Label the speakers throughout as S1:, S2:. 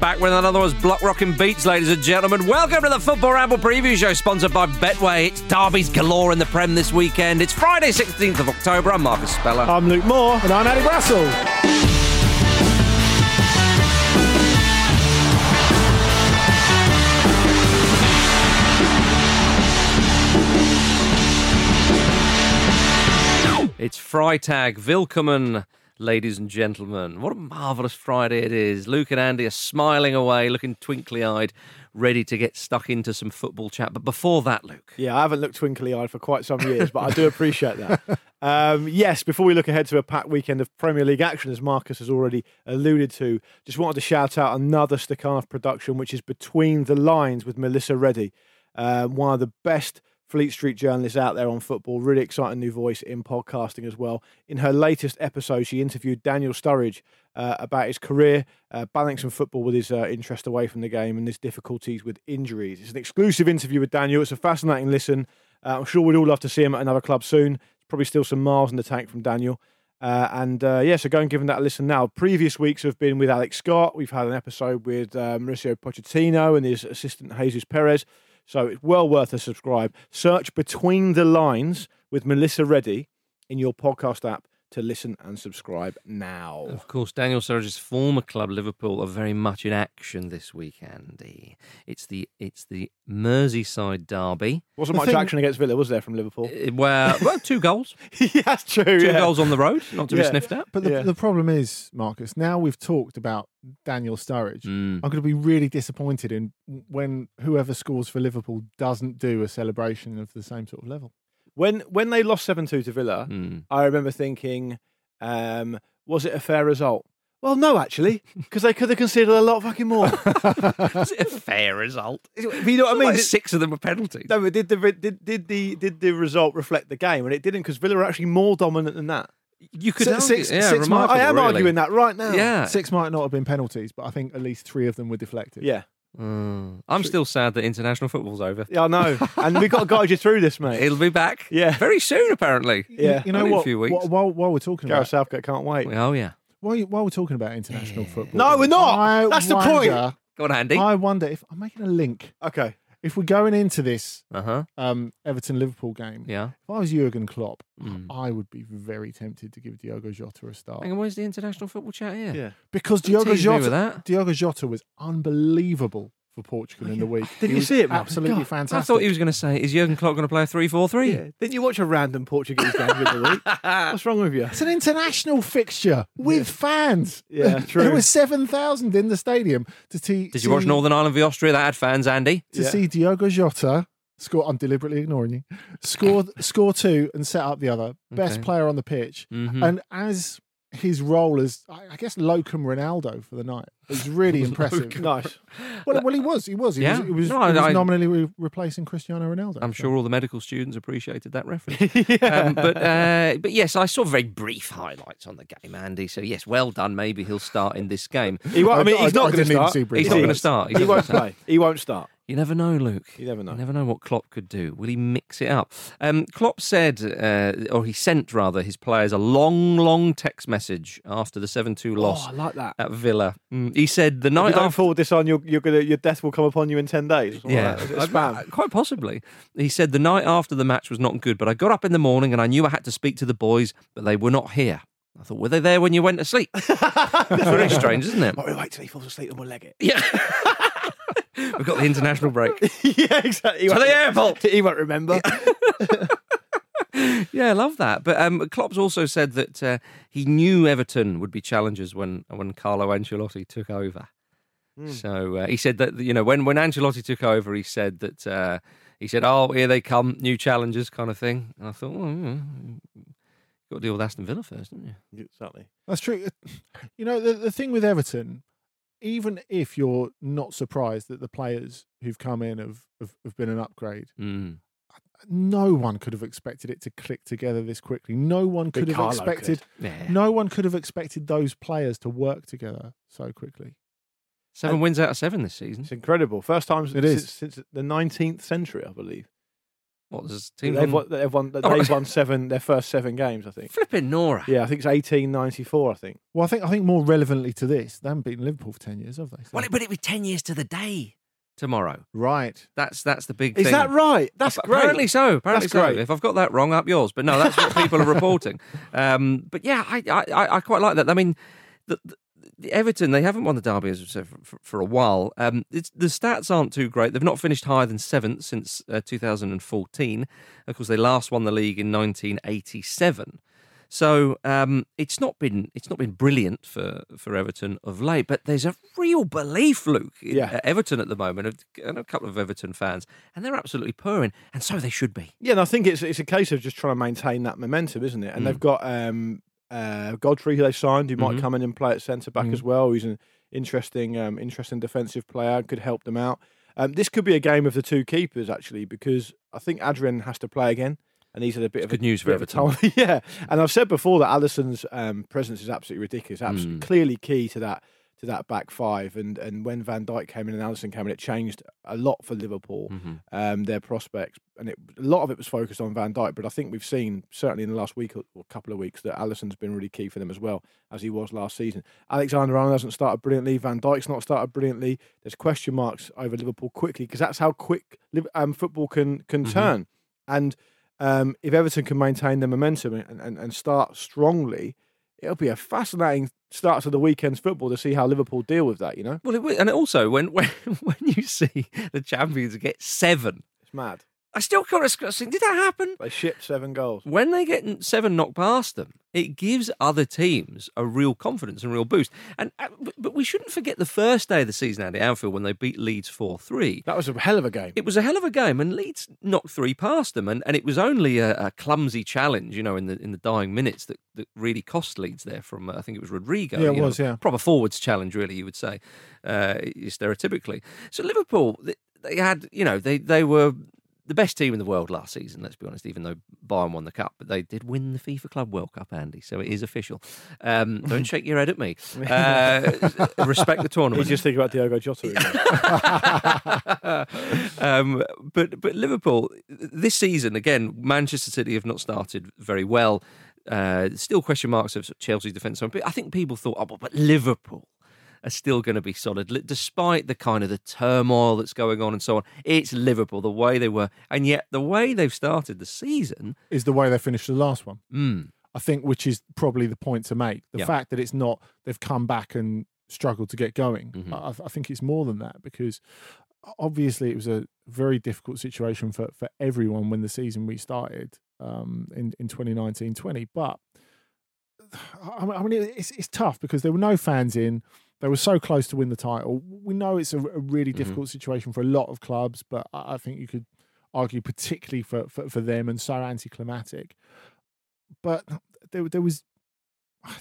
S1: back with another one's block rocking beats, ladies and gentlemen. Welcome to the Football Ramble Preview Show, sponsored by Betway. It's derbies galore in the Prem this weekend. It's Friday, 16th of October. I'm Marcus Speller.
S2: I'm Luke Moore. And I'm Andy Brassel.
S1: It's Freitag. Willkommen, ladies and gentlemen. What a marvellous Friday it is. Luke and Andy are smiling away, looking twinkly eyed, ready to get stuck into some football chat. But before that, Luke.
S2: Yeah, I haven't looked twinkly eyed for quite some years, but I do appreciate that. Um, yes, before we look ahead to a packed weekend of Premier League action, as Marcus has already alluded to, just wanted to shout out another Stakhanov production, which is Between the Lines with Melissa Reddy, uh, one of the best Fleet Street journalist out there on football. Really exciting new voice in podcasting as well. In her latest episode, she interviewed Daniel Sturridge uh, about his career, uh, balancing football with his uh, interest away from the game and his difficulties with injuries. It's an exclusive interview with Daniel. It's a fascinating listen. Uh, I'm sure we'd all love to see him at another club soon. Probably still some miles in the tank from Daniel. Uh, and uh, yeah, so go and give them that a listen now. Previous weeks have been with Alex Scott. We've had an episode with uh, Mauricio Pochettino and his assistant Jesus Perez. So it's well worth a subscribe. Search Between the Lines with Melissa Reddy in your podcast app to listen and subscribe now.
S1: Of course, Daniel Sturridge's former club, Liverpool, are very much in action this week, Andy. It's the it's the Merseyside derby.
S2: Wasn't
S3: The
S2: much
S3: thing-
S2: action against Villa, was there, from Liverpool?
S1: Uh, Where well, two goals,
S2: yeah, that's true.
S1: two
S2: yeah.
S1: goals on the road, not to be
S2: Yeah.
S1: sniffed at.
S3: But the,
S2: Yeah.
S3: the problem is, Marcus, now we've talked about Daniel Sturridge.
S1: Mm.
S3: I'm going to be really disappointed in when whoever scores for Liverpool doesn't do a celebration of the same sort of level.
S2: When, when they lost 7 2 to Villa,
S1: Mm.
S2: I remember thinking, um, was it a fair result? Well, no, actually, because they could have conceded a lot fucking more.
S1: Is it a fair result?
S2: you know what I mean?
S1: Like
S2: Did-
S1: six of them were penalties.
S2: No, but did the did, did the did the result reflect the game? And it didn't because Villa were actually more dominant than that.
S1: You could
S3: Six-
S1: argue-
S3: six-
S1: yeah,
S3: six
S1: remarkable,
S3: marks.
S2: I am
S1: really.
S2: arguing that right now.
S1: Yeah,
S3: Six might not have been penalties, but I think at least three of them were deflected.
S2: yeah,
S1: Mm. I'm still sad that international football's over.
S2: yeah. I know. and we've got to guide you through this, mate.
S1: It'll be back.
S2: Yeah.
S1: Very soon, apparently.
S3: You-
S2: Yeah.
S3: You know
S1: Only a
S3: what?
S1: few weeks.
S3: Wh- While, while we're talking
S2: Gareth
S3: about
S2: Southgate can't wait.
S1: Oh, yeah.
S3: while, you- while we're talking about international football,
S2: No, we're not.
S3: I
S2: That's the point.
S3: wonder-
S1: Go on, Andy.
S2: Uh-huh.
S3: I wonder if I'm making a link.
S2: Okay.
S3: If we're going into this
S1: Uh huh.
S3: um, Everton Liverpool game,
S1: Yeah.
S3: if I was Jurgen Klopp,
S2: Uh-huh.
S1: Mm.
S3: I would be very tempted to give Diogo Jota a start
S1: Hang on, where's the international football chat here?
S2: Yeah.
S3: because
S1: Don't
S3: Diogo
S1: tease me with
S3: Jota,
S1: that.
S3: Diogo Jota was unbelievable for Portugal in the week.
S2: Didn't
S3: He
S2: you
S3: was
S2: see it, man?
S3: Absolutely
S2: God,
S1: I
S3: fantastic.
S1: thought he was going to say, is Jurgen Klopp going to play a 3 4 3?
S2: Yeah. Didn't you watch a random Portuguese game the other week? What's wrong with you?
S3: It's an international fixture with fans.
S2: Yeah, true.
S3: There were seven thousand in the stadium to see.
S1: Did you watch
S3: see-
S1: Northern Ireland v Austria? That had fans, Andy.
S3: to
S2: Yeah.
S3: see Diogo Jota score. I'm deliberately ignoring you. Score score two and set up the other best
S1: Okay.
S3: player on the pitch.
S1: Mhm.
S3: And as his role as I I guess locum Ronaldo for the night was really impressive.
S2: Nice.
S3: Well, well, he was. He was. He
S1: Yeah.
S3: was. He was,
S1: No, I-
S3: he was
S1: I-
S3: nominally re- replacing Cristiano Ronaldo.
S1: I'm
S3: so.
S1: sure all the medical students appreciated that reference.
S2: yeah.
S1: um, but uh, but yes, I saw very brief highlights on the game, Andy. So yes, well done. Maybe he'll start in this game.
S2: He won't, I, mean, he's
S3: I- I
S2: not going to
S3: didn't even
S2: start.
S3: see
S2: Is
S3: Bruce
S1: He's not
S2: he?
S1: going to start.
S2: He
S1: doesn't
S2: won't
S1: start.
S2: play. He won't start.
S1: You never know, Luke.
S2: You never know.
S1: You never know what Klopp could do. Will he mix it up? Um, Klopp said, uh, or he sent rather, his players a long, long text message after the 7 2
S2: Oh,
S1: loss
S2: I like that.
S1: at Villa. Mm, he said, the
S2: If you
S1: night
S2: don't
S1: after.
S2: forward this on, you're, you're gonna, your death will come upon you in 10 days. Or
S1: Yeah,
S2: that. Is it
S1: I-
S2: Spam.
S1: quite possibly. He said the night after the match was not good, but I got up in the morning and I knew I had to speak to the boys, but they were not here. I thought, were they there when you went to sleep? It's very strange, isn't it?
S2: Might we wait till he falls asleep and we'll leg it?
S1: Yeah. We've got the international break.
S2: yeah, exactly.
S1: To the airport.
S2: He won't remember.
S1: Yeah, I love that. But um, Klopp's also said that uh, he knew Everton would be challengers when when Carlo Ancelotti took over.
S2: Hmm.
S1: So uh, he said that you know when when Ancelotti took over, he said that uh, he said, "Oh, here they come, new challengers," kind of thing. And I thought, well, you know, got to deal with Aston Villa first, didn't you?
S2: exactly.
S3: That's true. You know, the, the thing with Everton, even if you're not surprised that the players who've come in have, have, have been an upgrade,
S1: Mm.
S3: no one could have expected it to click together this quickly. No one could
S2: Big
S3: have
S2: Carlo
S3: expected
S1: Yeah,
S3: no one could have expected those players to work together so quickly.
S1: seven wins out of seven this season.
S2: It's incredible. First time
S3: It
S2: since,
S3: is.
S2: since the 19th century, I believe.
S1: What there's a team
S2: They've
S1: from
S2: won, they've, won,
S1: Oh, right.
S2: they've won seven, their first seven games, I think.
S1: flipping Nora.
S2: Yeah, I think it's 1894, I think.
S3: Well, I think I think more relevantly to this, they haven't beaten Liverpool for ten years, have they? So-
S1: Well, it, but it'd be ten years to the day tomorrow.
S3: right.
S1: That's that's the big
S2: Is
S1: thing.
S2: that right? That's
S1: Ap-
S2: great.
S1: Apparently so. Apparently
S2: That's
S1: so.
S2: great.
S1: If I've got that wrong, up yours. But no, that's what people are reporting. Um, but yeah, I, I- I I quite like that. I mean, the, the, the Everton they haven't won the derby as we said for, for, for a while. Um, it's, the stats aren't too great. They've not finished higher than seventh since uh, 2014. Of course, they last won the league in 1987. So um, it's not been it's not been brilliant for, for Everton of late, but there's a real belief, Luke, in-
S2: Yeah.
S1: at Everton at the moment. I know a couple of Everton fans, and they're absolutely purring, and so they should be.
S2: Yeah, and I think it's it's a case of just trying to maintain that momentum, isn't it? And
S1: Mm.
S2: they've got um, uh, Godfrey, who they signed, who might
S1: Mhm.
S2: come in and play at centre back as well. He's an interesting, um, interesting defensive player, could help them out. Um, this could be a game of the two keepers actually, because I think Adrian has to play again, and he's had a bit of a
S1: Good news for
S2: bit of a
S1: Everton.
S2: time- yeah, and I've said before that Allison's um, presence is absolutely ridiculous. Absolutely
S1: Mm.
S2: clearly key to that to that back five. And and when Van Dijk came in and Allison came in, it changed a lot for Liverpool um, their prospects. And it, a lot of it was focused on Van Dijk, but I think we've seen certainly in the last week or or couple of weeks that Allison's been really key for them as well as he was last season. Alexander Arnold hasn't started brilliantly. Van Dijk's not started brilliantly. There's question marks over Liverpool quickly because that's how quick Liv- um, football can can
S1: Mhm.
S2: turn. And um, if Everton can maintain their momentum and, and, and start strongly, it'll be a fascinating start to the weekend's football to see how Liverpool deal with that. You know,
S1: Well, it, wi- and also when when when you see the champions get seven,
S2: it's mad.
S1: I still can't think, did that happen?
S2: They shipped seven goals.
S1: When they get n- seven knocked past them, it gives other teams a real confidence and real boost. And uh, but- but we shouldn't forget the first day of the season at Anfield when they beat Leeds four three.
S2: That was a hell of a game.
S1: It was a hell of a game, and Leeds knocked three past them, and, and it was only a, a clumsy challenge, you know, in the in the dying minutes that, that really cost Leeds there. From uh, I think it was Rodrigo,
S3: Yeah, it
S1: you know,
S3: was, yeah.
S1: proper forwards challenge, really, you would say, uh, stereotypically. So Liverpool, th- they had, you know, they they were the best team in the world last season. Let's be honest, even though Bayern won the cup, but they did win the FIFA Club World Cup, Andy. So it is official. Um, don't shake your head at me. Uh, respect the tournament.
S2: He's just thinking about Diogo Jota. isn't he?
S1: um, but but Liverpool this season again, Manchester City have not started very well. Uh, still question marks of Chelsea's defence. So I think people thought, oh, but- but Liverpool are still going to be solid li- despite the kind of the turmoil that's going on and so on. It's Liverpool the way they were, and yet the way they've started the season.
S3: Is the way they finished the last one.
S1: Mm,
S3: I think, which is probably the point to make. The
S1: Yeah.
S3: fact that it's not they've come back and struggled to get going.
S1: Mhm.
S3: I, I think it's more than that because obviously it was a very difficult situation for, for everyone when the season restarted um, in in 2019 20. But I I mean, it's it's tough because there were no fans in. They were so close to win the title. We know it's a, a really
S1: Mhm.
S3: difficult situation for a lot of clubs, but I, I think you could argue particularly for, for, for them and so anticlimactic. But there there was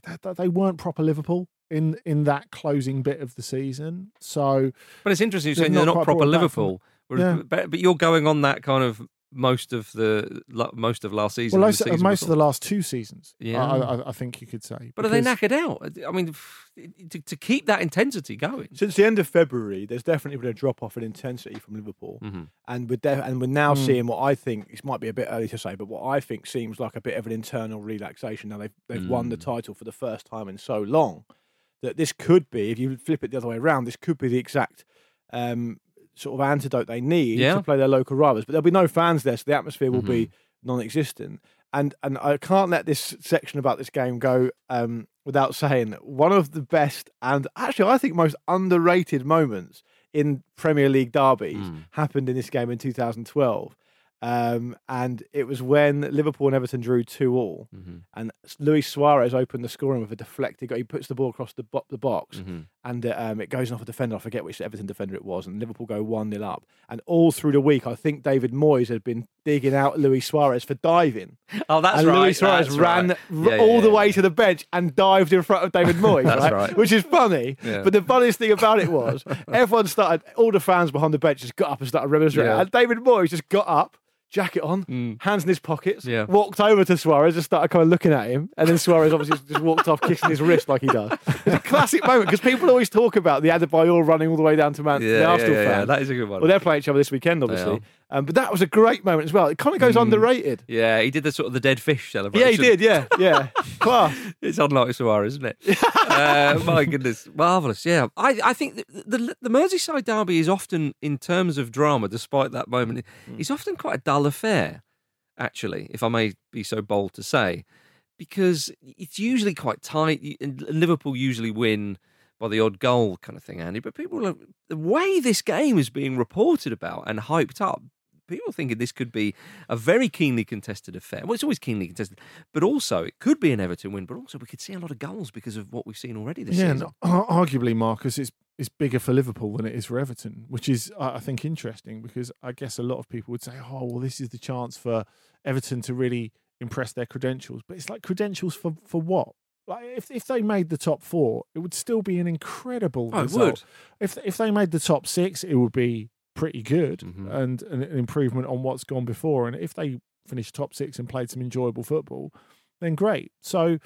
S3: that, that they weren't proper Liverpool in in that closing bit of the season. So
S1: but it's interesting you're
S3: They've
S1: saying they're
S3: not
S1: not
S3: quite
S1: proper
S3: brought it back
S1: Liverpool, whereas- but, but you're going on that kind of most of the lo- most of last season.
S3: well,
S1: and
S3: most,
S1: the season
S3: most of
S1: before.
S3: the last two seasons, I-
S1: Yeah.
S3: I, I, I think you could say.
S1: But are they
S3: because-
S1: knackered out? I mean, f- to, to keep that intensity going.
S2: Since the end of February, there's definitely been a drop off in intensity from Liverpool,
S1: Mhm.
S2: and we're de- and we're now
S3: Mm.
S2: seeing what I think. This might be a bit early to say, but what I think seems like a bit of an internal relaxation. Now they've they've won the
S1: Mm.
S2: title for the first time in so long that this could be, if you flip it the other way around, this could be the exact um, sort of antidote they need
S1: Yeah.
S2: to play their local rivals. But there'll be no fans there, so the atmosphere will be non-existent. And and I can't let this section about this game go um, without saying that one of the best and actually I think most underrated moments in Premier League derbies
S1: Mm.
S2: happened in this game in 2012. Um, and it was when Liverpool and Everton drew two all,
S1: Mhm.
S2: and Luis Suarez opened the scoring with a deflected. goal. He puts the ball across the, bo- the box, and uh, um, it goes off a defender. I forget which Everton defender it was, and Liverpool go 1 0 up. And all through the week, I think David Moyes had been digging out Luis Suarez for diving.
S1: Oh, that's
S2: and
S1: right.
S2: Luis Suarez
S1: that's
S2: ran
S1: right.
S2: r-
S1: Yeah, yeah,
S2: all the
S1: yeah,
S2: way
S1: yeah.
S2: to the bench and dived in front of David Moyes,
S1: That's
S2: right?
S1: right.
S2: Which is funny.
S1: Yeah.
S2: But the funniest thing about it was everyone started, all the fans behind the bench just got up and started remonstrating.
S1: Yeah.
S2: And David Moyes just got up, jacket on,
S1: Mm.
S2: hands in his pockets,
S1: Yeah.
S2: walked over to Suarez and started kind of looking at him. And then Suarez obviously just walked off, kissing his wrist like he does. It's a classic moment because people always talk about the Adebayor running all the way down to Man-
S1: Yeah,
S2: the
S1: yeah,
S2: Arsenal
S1: yeah, yeah.
S2: fan.
S1: That is a good one.
S2: Well, they're playing each other this weekend,
S1: are.
S2: obviously. Um, but that was a great moment as well. It kind of goes
S1: Mm.
S2: underrated.
S1: Yeah, he did the sort of the dead fish celebration.
S2: Yeah, he did. Yeah, yeah. Class.
S1: It's unlike Suarez, isn't it? uh, my goodness, marvelous. Yeah, I, I think the, the the Merseyside derby is often, in terms of drama, despite that moment,
S2: Mm.
S1: it's often quite a dull affair. Actually, if I may be so bold to say, because it's usually quite tight, y- and Liverpool usually win by the odd goal, kind of thing, Andy. But people, are, the way this game is being reported about and hyped up, people thinking this could be a very keenly contested affair. Well, it's always keenly contested, but also it could be an Everton win. But also we could see a lot of goals because of what we've seen already this
S3: yeah,
S1: season.
S3: and ar- arguably, Marcus, it's it's bigger for Liverpool than it is for Everton, which is I I think interesting because I guess a lot of people would say, oh, well, this is the chance for Everton to really impress their credentials, but it's like credentials for for what? Like if if they made the top four, it would still be an incredible
S1: Oh, it
S3: result.
S1: would.
S3: If if they made the top six, it would be pretty good
S1: Mhm.
S3: and an an improvement on what's gone before. And if they finished top six and played some enjoyable football, then great. So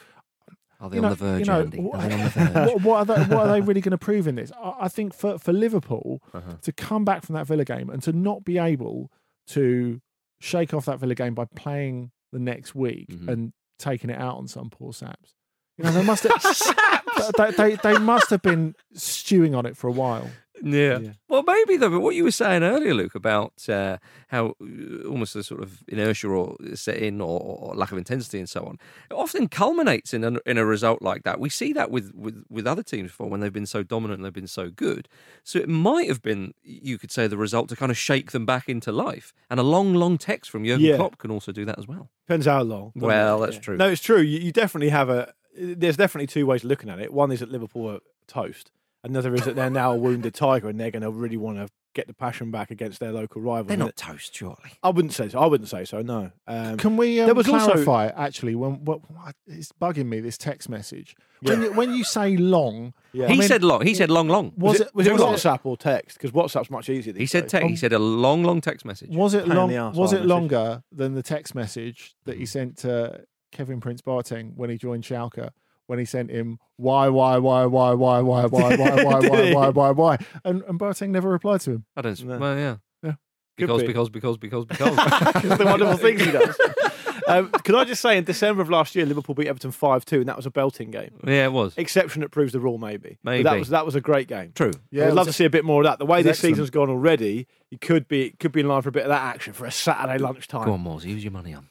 S1: Are they
S3: you
S1: on the
S3: know-
S1: verge,
S3: you know,
S1: Andy?
S3: wha-
S1: Are they on the
S2: Uh,
S1: verge?
S3: what, what, are they, what are they really going to prove in this? I, I think for, for Liverpool
S1: Uh-huh.
S3: to come back from that Villa game and to not be able to shake off that Villa game by playing the next week
S2: Mm-hmm.
S1: Mhm.
S3: and taking it out on some poor saps. You know, they must have, they, they, they must have been stewing on it for a while.
S1: Yeah.
S2: Yeah.
S1: Well, maybe though. But what you were saying earlier, Luke, about uh, how uh, almost the sort of inertia or set in or, or lack of intensity and so on, it often culminates in a, in a result like that. We see that with, with with other teams before when they've been so dominant and they've been so good. So it might have been, you could say, the result to kind of shake them back into life. And a long, long text from Jurgen
S2: Yeah.
S1: Klopp can also do that as well.
S2: Depends how long. doesn't
S1: Well,
S2: it?
S1: that's true.
S2: No, it's true. You, you definitely have a. There's definitely two ways of looking at it. One is that Liverpool are toast. Another is that they're now a wounded tiger and they're going to really want to get the passion back against their local rival.
S1: They're
S2: And
S1: not toast, surely.
S2: I wouldn't say so. I wouldn't say so. No. Um,
S3: Can we um,
S2: there was also-
S3: clarify actually when what, what it's bugging me this text message when
S2: Yeah.
S3: you, when you say long
S2: yeah.
S1: he
S3: mean-
S1: said long. He said long, long.
S2: was
S3: was it
S2: it, was it
S3: was it-
S2: WhatsApp or text? Because WhatsApp's much easier.
S1: He
S2: these
S1: said
S2: days.
S1: te- he said a long, long text message.
S3: Was it
S2: Pain in
S3: long?
S2: the arse,
S3: was
S2: our
S3: it
S2: message.
S3: longer than the text message that he
S2: Mm.
S3: sent to Kevin Prince Boateng when he joined Schalke? When he sent him why why why why why why why why why
S2: Did
S3: why
S2: he?
S3: why why why and and Boateng never replied to him.
S1: I don't.
S2: No.
S1: Well, yeah.
S3: Yeah.
S1: Because,
S2: be.
S1: because, because, because, because.
S2: That's the wonderful thing he does. Um, can I just say, in December of last year, Liverpool beat Everton five two, and that was a belting game.
S1: Yeah, it was.
S2: Exception that proves the rule, maybe. But that
S1: Maybe.
S2: was that was a great game.
S1: True.
S2: I'd
S3: it
S2: love to
S3: was-
S2: see a bit more of that. The way
S3: was
S2: this
S3: excellent.
S2: season's gone already, you could be could be in line for a bit of that action for a Saturday
S1: Go
S2: lunchtime.
S1: on, Moz. Use your money on.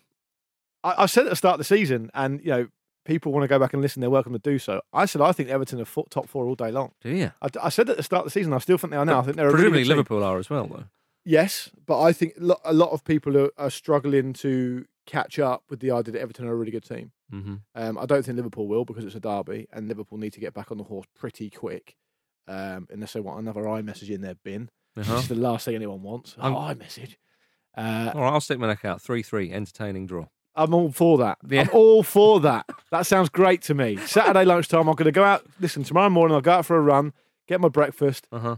S2: I, I said at the start of the season, and you know people want to go back and listen, they're welcome to do so. I said I think Everton are fo- top four all day long.
S1: Do you?
S2: I, I said at the start of the season, I still think they are now. I think they're a really
S1: Presumably
S2: good team.
S1: Liverpool are as well, though.
S2: Yes, but I think lo- a lot of people are, are struggling to catch up with the idea that Everton are a really good team.
S1: Mm-hmm.
S2: Um, I don't think Liverpool will because it's a derby, and Liverpool need to get back on the horse pretty quick. Um, unless they want another iMessage in their bin,
S1: Uh-huh.
S2: it's the last thing anyone wants.
S1: I'm-
S2: Oh, iMessage. Uh,
S1: All right, I'll stick my neck out. Three-three, entertaining draw.
S2: I'm all for that.
S1: Yeah.
S2: I'm all for that. That sounds great to me. Saturday lunchtime, I'm going to go out. Listen, tomorrow morning, I'll go out for a run, get my breakfast,
S1: Uh huh.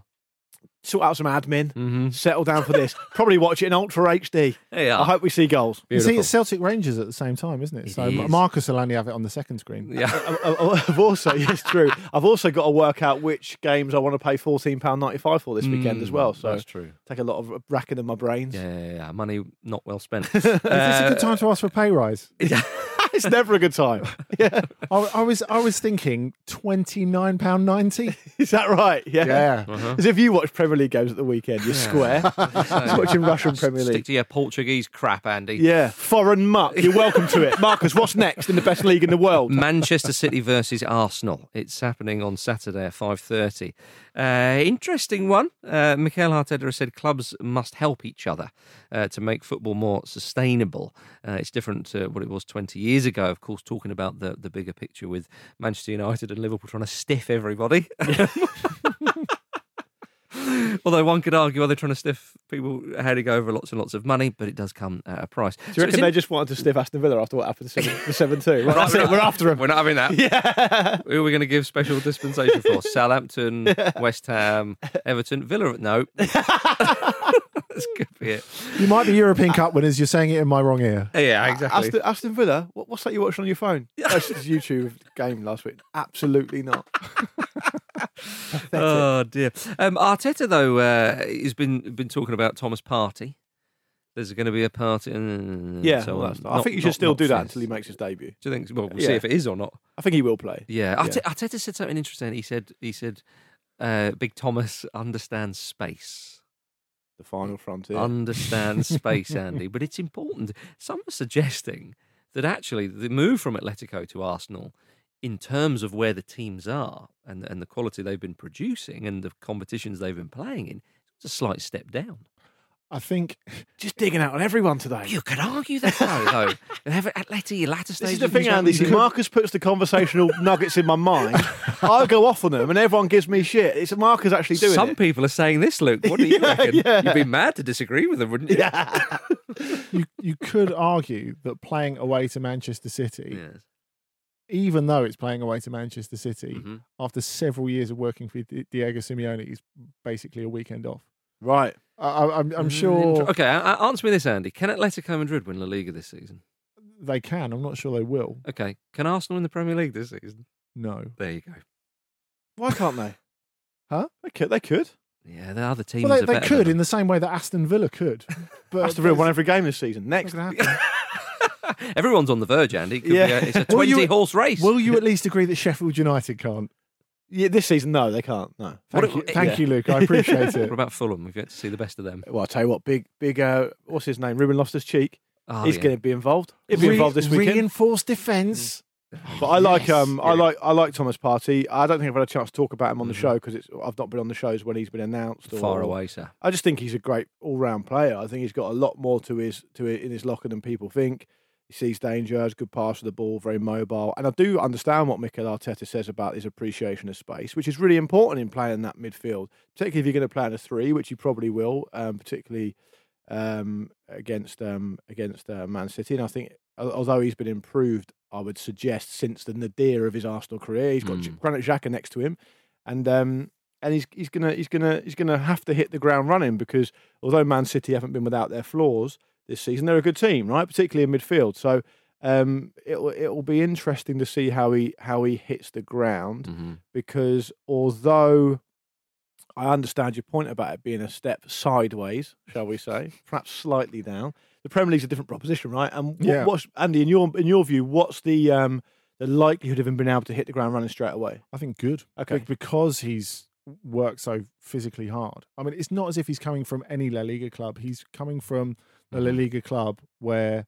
S2: sort out some admin,
S1: Mm-hmm.
S2: settle down for this. Probably watch it in Ultra HD.
S1: There you
S2: I
S1: are.
S2: hope we see goals.
S3: You see, it's Celtic Rangers at the same time, isn't it?
S1: It
S3: so M-
S1: is.
S3: Marcus will only have it on the second screen.
S1: yeah.
S2: I- I- I've also, yes, true. I've also got to work out which games I want to pay fourteen pound ninety five for this weekend as well.
S1: Mm,
S2: So
S1: that's true.
S2: take a lot of racking in my brains.
S1: Yeah, yeah, yeah. Money not well spent.
S2: Uh,
S3: Is this a good time to ask for a pay rise?
S2: it's never a good time. Yeah,
S3: I, I was I was thinking twenty nine pound ninety.
S2: is that right? Yeah.
S3: Yeah,
S1: Uh-huh.
S2: As if you watch Premier League games at the weekend, you're square. Just watching Russian Premier
S1: Stick
S2: League.
S1: to your Portuguese crap, Andy.
S2: Yeah, foreign muck. You're welcome to it, Marcus. What's next in the best league in the world?
S1: Manchester City versus Arsenal. It's happening on Saturday at five thirty. Uh, interesting one. Uh, Mikel Arteta has said clubs must help each other uh, to make football more sustainable. Uh, it's different to what it was twenty years ago. Of course, talking about the the bigger picture with Manchester United and Liverpool trying to stiff everybody. Although one could argue, are they trying to stiff people heading over lots and lots of money? But it does come at a price.
S2: Do you
S1: it's
S2: reckon they just wanted to stiff Aston Villa after what happened to seven- the seven two? Well, that's
S1: Right,
S2: it. We're after them.
S1: We're not having that.
S2: Yeah.
S1: Who are we going to give special dispensation for? Southampton, West Ham, Everton, Villa. No, this could be it.
S3: you might be European Cup winners. You're saying it in my wrong ear.
S1: Yeah,
S2: Aston, Aston Villa, what, what's that you're watching on your phone? That's just YouTube game last week. Absolutely not.
S1: Oh dear. Um, Arteta though uh, has been been talking about Thomas Party there's going to be a party. And
S2: Yeah,
S1: so
S2: all
S1: on.
S2: that stuff. I
S1: Not-
S2: think you
S1: not-
S2: should still
S1: not
S2: do that
S1: fizz.
S2: until he makes his debut.
S1: Do you think? Well, we'll
S2: Yeah.
S1: see if it is or not.
S2: I think he will play.
S1: Yeah,
S2: Yeah.
S1: Arte- Arteta said something interesting. He said he said uh, Big Thomas understands space,
S2: The final frontier.
S1: understands space, Andy. But it's important. Some are suggesting that actually the move from Atletico to Arsenal, in terms of where the teams are and and the quality they've been producing and the competitions they've been playing in, it's a slight step down.
S3: I think
S2: Just digging out on everyone today.
S1: You could argue that though. though. Have Atleti latter
S2: This
S1: stages.
S2: is the
S1: of
S2: thing,
S1: his run,
S2: Andy.
S1: you
S2: See,
S1: could-
S2: Marcus puts the conversational nuggets in my mind. I go off on them, and everyone gives me shit. It's Marcus actually doing
S1: Some
S2: it.
S1: people are saying this, Luke. What do you
S2: Yeah,
S1: reckon?
S2: yeah.
S1: You'd be mad to disagree with them, wouldn't you?
S2: Yeah.
S3: you you could argue that playing away to Manchester City,
S1: Yes.
S3: even though it's playing away to Manchester City,
S1: Mhm.
S3: after several years of working for Di- Diego Simeone, is basically a weekend off.
S2: Right.
S3: I, I, I'm, I'm
S1: Mm,
S3: sure
S1: inter- Okay, a- a- answer me this, Andy. Can Atletico Madrid win La Liga this season?
S3: they can. I'm not sure they will.
S1: Okay. Can Arsenal win the Premier League this season?
S3: No.
S1: There you go.
S2: Why can't they?
S3: Huh?
S2: They could. They could.
S1: Yeah, the other teams
S3: Well, they,
S1: are
S3: they
S1: better
S3: could
S1: than
S3: in the same way that Aston Villa could. But
S2: That's the real one every game this season. Next.
S3: It's not gonna happen.
S1: them. Everyone's on the verge, Andy. It could be
S2: Yeah.
S1: a- it's a
S3: Will you-
S1: twenty-horse race.
S3: Will you at least agree that Sheffield United can't?
S2: Yeah, this season, no, they can't. No.
S1: What
S3: Thank,
S1: it-
S3: you,
S1: it-
S3: thank
S2: yeah.
S3: you, Luke. I appreciate
S1: what
S3: it.
S1: about Fulham? We've yet to see the best of them.
S2: Well, I'll tell you what, big, big, uh, what's his name? Ruben Loftus Cheek.
S1: Oh,
S2: He's
S1: yeah.
S2: going to be involved. He'll be involved this weekend.
S3: Reinforced
S1: Mm.
S3: defence.
S2: But I like
S1: Yes.
S2: um I
S1: Yeah.
S2: like I like Thomas Partey. I don't think I've had a chance to talk about him on the
S1: Mhm.
S2: show because it's I've not been on the shows when he's been announced. Or,
S1: far away, sir.
S2: I just think he's a great all round player. I think he's got a lot more to his to it in his locker than people think. He sees danger, has good pass of the ball, very mobile, and I do understand what Mikel Arteta says about his appreciation of space, which is really important in playing that midfield, particularly if you're going to play in a three, which you probably will, um, particularly um, against um, against uh, Man City. And I think, al- although he's been improved, I would suggest since the nadir of his Arsenal career, he's got
S1: Mm.
S2: Granit Xhaka next to him, and um, and he's he's gonna he's gonna he's gonna have to hit the ground running because although Man City haven't been without their flaws this season, they're a good team, right? Particularly in midfield. So um, it'll it'll be interesting to see how he how he hits the ground
S1: Mhm.
S2: because although I understand your point about it being a step sideways, shall we say, perhaps slightly down, the Premier League's a different proposition, right? And what,
S3: Yeah.
S2: what's Andy in your in your view? What's the um, the likelihood of him being able to hit the ground running straight away?
S3: I think good.
S2: Okay.
S3: Be- Because he's worked so physically hard. I mean, it's not as if he's coming from any La Liga club. He's coming from a La
S1: Mhm.
S3: Liga club where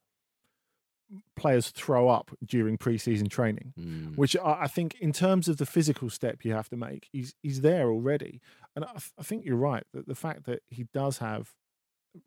S3: players throw up during preseason training,
S1: Mm.
S3: which I, I think, in terms of the physical step you have to make, he's he's there already. And I, th- I think you're right that the fact that he does have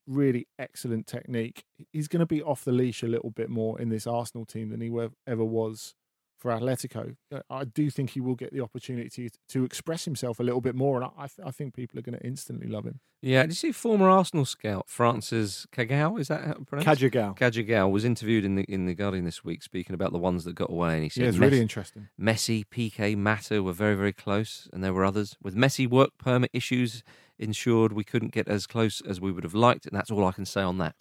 S3: really excellent technique, he's going to be off the leash a little bit more in this Arsenal team than he were, ever was for Atletico. Uh, I do think he will get the opportunity to, to express himself a little bit more, and I, I, th- I think people are going to instantly love him.
S1: Yeah. Did you see former Arsenal scout Francis Cagao? Is that how it's pronounced?
S2: Kajagal.
S1: Kajagal was interviewed in the in the Guardian this week, speaking about the ones that got away, and he said,
S3: Yeah, it's
S1: "Mes-
S3: really interesting.
S1: Messi, PK, Mata were very very close, and there were others. With Messi, work permit issues ensured we couldn't get as close as we would have liked, and that's all I can say on that.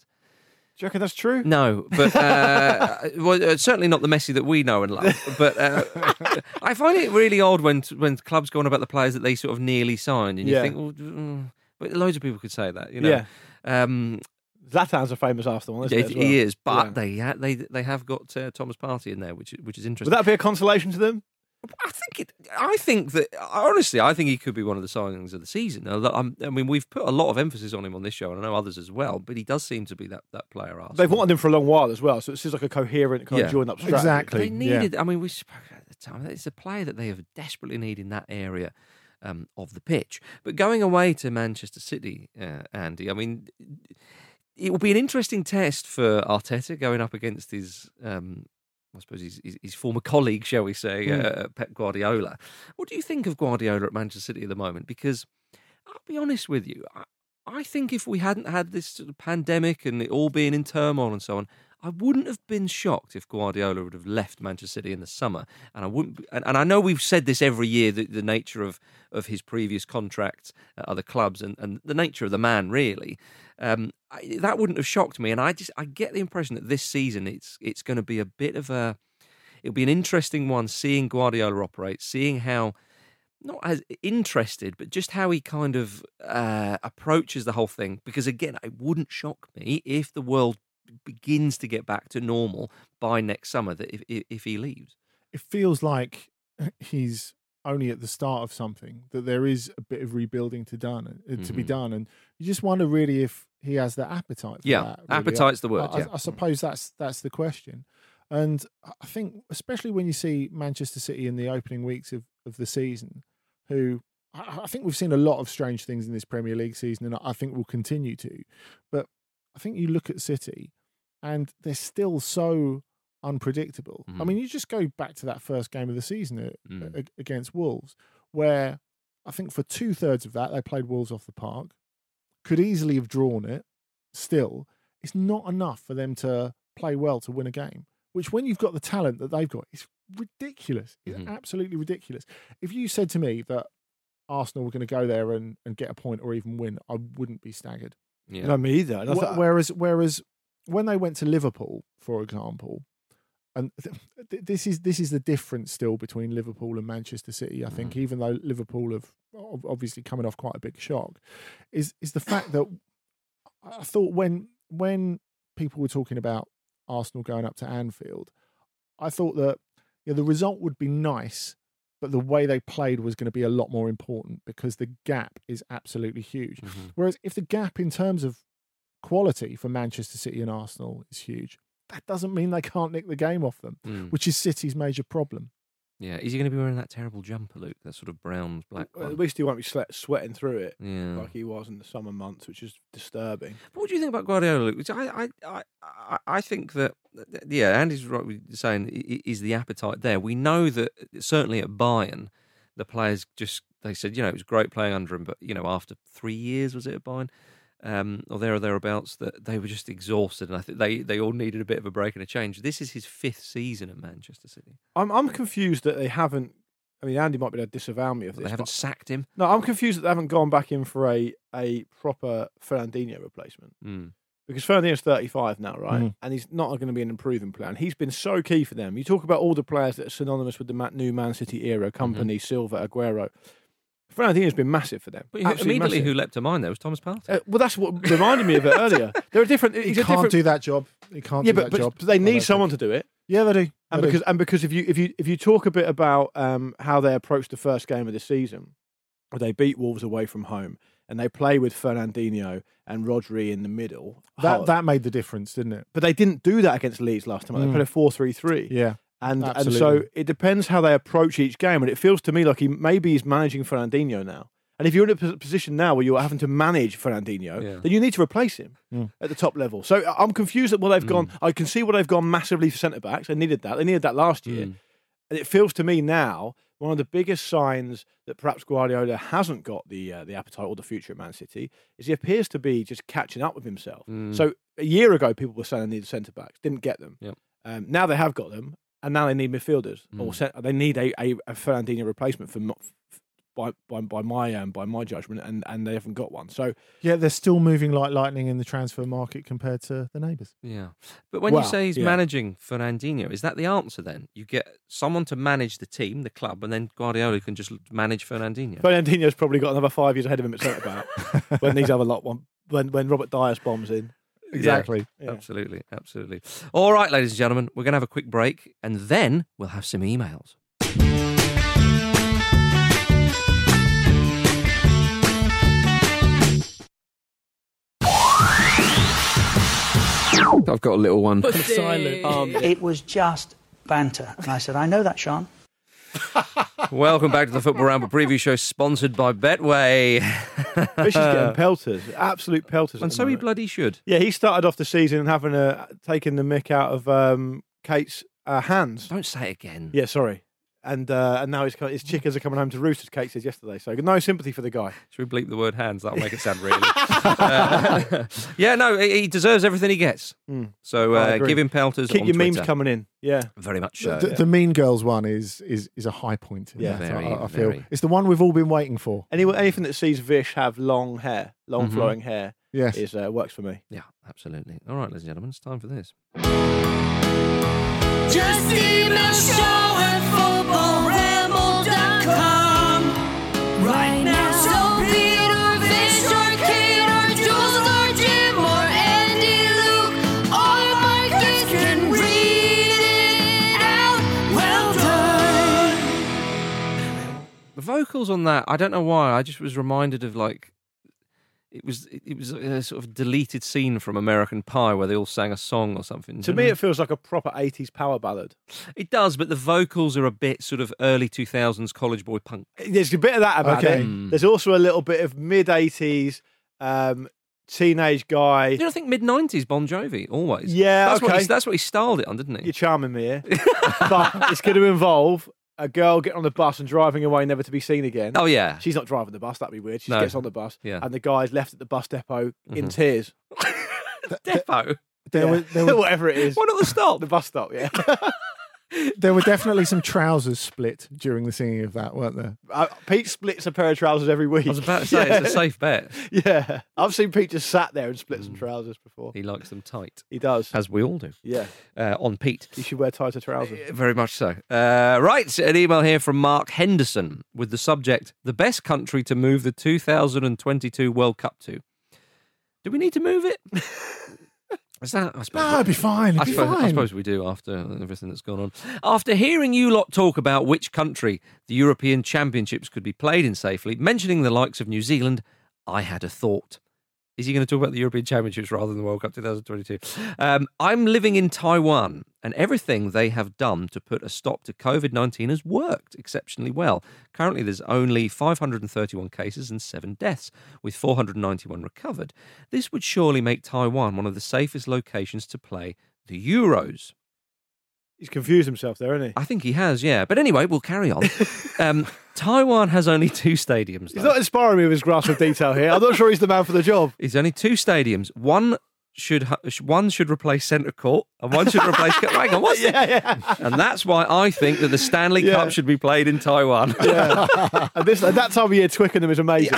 S2: Do you reckon that's true?
S1: No, but uh, well, uh, certainly not the Messi that we know and love. But uh, I find it really odd when when clubs go on about the players that they sort of nearly signed, and you
S2: Yeah.
S1: think, well, mm, but loads of people could say that, you know.
S2: Yeah,
S1: Um,
S2: Zlatan's a famous Arsenal one, isn't
S1: yeah,
S2: it? as well?
S1: He is, but
S2: Yeah.
S1: they ha- they they have got uh, Thomas Party in there, which which is interesting.
S2: Would that be a consolation to them?
S1: I think it. I think that honestly, I think he could be one of the signings of the season. Although, I'm- I mean, we've put a lot of emphasis on him on this show, and I know others as well. But he does seem to be that that player. Arsenal.
S2: They've wanted him for a long while as well, so it seems like a coherent kind
S1: Yeah.
S2: of joined up strategy.
S3: Exactly.
S1: They
S3: yeah.
S1: needed. I mean, we spoke at the time. It's a player that they have desperately need in that area. Um, of the pitch, but going away to Manchester City, uh, Andy. I mean, it will be an interesting test for Arteta going up against his, um, I suppose, his, his, his former colleague, shall we say,
S3: Hmm.
S1: uh, Pep Guardiola. What do you think of Guardiola at Manchester City at the moment? Because I'll be honest with you, I, I think if we hadn't had this sort of pandemic and it all being in turmoil and so on, I wouldn't have been shocked if Guardiola would have left Manchester City in the summer. And I wouldn't. be- and, and I know we've said this every year the, the nature of of his previous contracts at other clubs and, and the nature of the man really. Um, I, that wouldn't have shocked me. And I just I get the impression that this season it's it's going to be a bit of a it'll be an interesting one seeing Guardiola operate, seeing how not as interested, but just how he kind of uh, approaches the whole thing. Because again, it wouldn't shock me if the world begins to get back to normal by next summer. That if if, if he leaves,
S3: It feels like uh, he's only at the start of something. That there is a bit of rebuilding to done uh, to be
S1: Mhm.
S3: done, and you just wonder really if he has the appetite. For
S1: yeah,
S3: that, really.
S1: appetite's the word.
S3: I, I-
S1: yeah,
S3: I suppose that's that's the question. And I I think, especially when you see Manchester City in the opening weeks of, of the season, who I, I think we've seen a lot of strange things in this Premier League season, and I- I think will continue to. But I think you look at City, and they're still so unpredictable. I
S1: Mhm.
S3: mean, you just go back to that first game of the season uh,
S1: Mm.
S3: ag- against Wolves, where I think for two thirds of that they played Wolves off the park, could easily have drawn it. Still, it's not enough for them to play well to win a game. Which, when you've got the talent that they've got, it's ridiculous. It's
S1: Mhm.
S3: absolutely ridiculous. If you said to me that Arsenal were going to go there and, and get a point or even win, I wouldn't be staggered.
S1: yeah.
S2: No, me either. And I
S3: Wh-
S2: thought-
S3: whereas, whereas when they went to Liverpool, for example, and th- th- this is this is the difference still between Liverpool and Manchester City. I think, even though Liverpool have ob- obviously coming off quite a big shock, is is the fact that I I thought when when people were talking about Arsenal going up to Anfield, I thought that you know, the result would be nice, but the way they played was going to be a lot more important because the gap is absolutely huge.
S1: Mhm.
S3: Whereas if the gap in terms of quality for Manchester City and Arsenal is huge, that doesn't mean they can't nick the game off them,
S1: Mm.
S3: which is City's major problem.
S1: yeah. Is he going to be wearing that terrible jumper, Luke? That sort of brown black
S3: Uh,
S1: Mm.
S2: Well,
S1: one.
S2: at least he won't be sle- sweating through it
S1: yeah.
S2: like he was in the summer months, which is disturbing.
S1: What do you think about Guardiola, Luke? I, I, I, I- I think that, that- yeah, Andy's right with saying i- i- is the appetite there. We know that certainly at Bayern, the players just they said, you know, it was great playing under him, but you know, after three years was it at Bayern, um, or there or thereabouts, that they were just exhausted, and I think they they all needed a bit of a break and a change. This is his fifth season at Manchester City.
S2: I'm I'm confused that they haven't. I mean, Andy might be able to disavow me of
S1: They
S2: this.
S1: haven't
S2: But,
S1: sacked him.
S2: no, I'm confused that they haven't gone back in for a a proper Fernandinho replacement
S1: Mm.
S2: because Fernandinho's 35 now, right?
S3: Mhm.
S2: And he's not going to be an improving player. And he's been so key for them. You talk about all the players that are synonymous with the Ma- new Man City era:
S3: Mm-hmm.
S2: Company, Silva, Aguero. Fernandinho's been massive for them.
S1: But who-
S2: Absolutely
S1: immediately,
S2: massive.
S1: who leapt to mind there was Thomas Partey.
S2: Uh, well, that's what reminded me of it earlier. There are different.
S3: He
S2: He's a
S3: can't
S2: different.
S3: do that job. He can't
S2: yeah,
S3: do
S2: but,
S3: that
S2: but
S3: job.
S2: but they
S3: I don't
S2: need
S3: think.
S2: someone to do it.
S3: Yeah, they do.
S2: And
S3: They do.
S2: because and because if you if you if you talk a bit about um, how they approached the first game of the season, where they beat Wolves away from home and they play with Fernandinho and Rodri in the middle.
S3: that
S2: Oh,
S3: that made the difference, didn't it?
S2: but they didn't do that against Leeds last time. They
S3: Mm.
S2: played a four three three,
S3: Yeah,
S2: and and so
S3: absolutely.
S2: it depends how they approach each game. And it feels to me like he maybe he's managing Fernandinho now. And if you're in a pos- position now where you're having to manage Fernandinho,
S1: Yeah.
S2: then you need to replace him
S3: Mm.
S2: at the top level. So I- I'm confused at what they've gone. I can see what they've gone massively for centre backs. They needed that. They needed that last year.
S1: Mm.
S2: And it feels to me now one of the biggest signs that perhaps Guardiola hasn't got the uh, the appetite or the future at Man City is he appears to be just catching up with himself.
S1: Mm.
S2: So a year ago, people were saying they needed centre backs, didn't get them.
S1: Yep.
S2: Um, now they have got them, and now they need midfielders or
S1: Mm.
S2: cent- they need a, a, a Fernandinho replacement for. mo- f- By, by by my um, by my judgment, and, and they haven't got one. So
S3: yeah, they're still moving like lightning in the transfer market compared to the neighbours.
S1: Yeah. But when
S2: Well,
S1: you say he's
S2: yeah.
S1: managing Fernandinho, is that the answer then? You get someone to manage the team, the club, and then Guardiola can just manage Fernandinho.
S2: Fernandinho's probably got another five years ahead of him at centre back when these other lot one when when Robert Dias bombs in.
S1: Yeah,
S3: Exactly.
S2: Yeah.
S1: Absolutely. Absolutely. All right, ladies and gentlemen, we're going to have a quick break and then we'll have some emails. I've got a little one.
S4: Silent.
S5: It was just banter. And I said, I know that, Sean.
S1: Welcome back to the Football Ramble preview show, sponsored by Betway.
S2: Fish is getting pelters, absolute pelters. at
S1: And
S2: the
S1: so he
S2: moment.
S1: bloody should.
S2: Yeah, he started off the season having a taking the mick out of um, Kate's uh, hands.
S1: Don't say it again.
S2: Yeah, sorry. And uh, and now his co-
S1: Mm.
S2: his chickens are coming home to roosters. Kate said yesterday, so no sympathy for the guy.
S1: Should we bleep the word hands? That'll make it sound really. Uh, yeah, no, he he deserves everything he gets.
S2: Mm.
S1: So uh,
S2: I agree.
S1: give him pelters.
S2: Keep
S1: on
S2: your memes
S1: Twitter.
S2: coming in. Yeah,
S1: Very much
S3: The,
S1: so.
S3: the Mean Girls one is is is a high point. In
S2: Yeah.
S3: that,
S1: Very,
S3: I, I feel
S1: very.
S3: it's the one we've all been waiting for.
S1: Mm.
S2: anyone anything that sees Vish have long hair, long
S1: Mhm.
S2: flowing hair,
S3: Yes.
S2: is uh, works for me.
S1: Yeah, absolutely. All right, ladies and gentlemen, it's time for this.
S4: Just email show at footballramble.com.
S1: Beatles on that, I don't know why. I just was reminded of like it was it was a sort of deleted scene from American Pie where they all sang a song or something.
S2: To me, it feels like a proper 80s power ballad.
S1: it does, but the vocals are a bit sort of early two thousands college boy punk.
S2: There's a bit of that about
S3: Okay.
S2: it.
S1: Mm.
S2: There's also a little bit of mid 80s um, teenage guy.
S1: You know, I think mid nineties Bon Jovi always.
S2: Yeah,
S1: that's
S2: okay.
S1: what he, that's what he styled it on, didn't he?
S2: You're charming me here. but it's going to involve a girl getting on the bus and driving away, never to be seen again.
S1: Oh yeah,
S2: She's not driving the bus, that'd be weird. She
S1: No.
S2: gets on the bus,
S1: Yeah. Mm-hmm.
S2: and the guy's left at the bus depot in tears.
S1: Depot.
S3: There
S2: Yeah.
S3: were there were,
S2: Whatever it is.
S1: Why not the stop?
S2: The bus stop, yeah.
S3: there were definitely some trousers split during the singing of that, weren't there?
S2: Uh, Pete splits a pair of trousers every week.
S1: I was about to say it's a safe bet.
S2: Yeah, I've seen Pete just sat there and split some trousers before.
S1: Mm. He likes them tight,
S2: He does.
S1: as we all do.
S2: Yeah,
S1: Uh, on Pete.
S2: he should wear tighter trousers.
S1: Very much so. Uh, right, an email here from Mark Henderson with the subject The best country to move the 2022 World Cup to. Do we need to move it? Is that, I suppose.
S3: No, it'd be fine. Ah, It'd
S1: I
S3: be
S1: suppose, I
S3: fine.
S1: suppose we do after everything that's gone on. After hearing you lot talk about which country the European Championships could be played in safely, mentioning the likes of New Zealand, I had a thought. Is he going to talk about the European Championships rather than the World Cup 2022? Um, I'm living in Taiwan, and everything they have done to put a stop to COVID 19 has worked exceptionally well. Currently, there's only 531 cases and seven deaths, with 491 recovered. This would surely make Taiwan one of the safest locations to play the Euros.
S2: He's confused himself there, isn't he?
S1: I think he has, yeah. But anyway, we'll carry on. um, Taiwan has only two stadiums.
S2: He's
S1: though.
S2: not inspiring me with his grasp of detail here. I'm not sure he's the man for the job.
S1: It's only two stadiums. One should ha- sh- one should replace centre court, and one should replace. Hang on, what's it?
S2: Yeah, yeah.
S1: And that's why I think that the Stanley
S2: Yeah.
S1: Cup should be played in Taiwan.
S2: And this, at that time of year, Twickenham is amazing.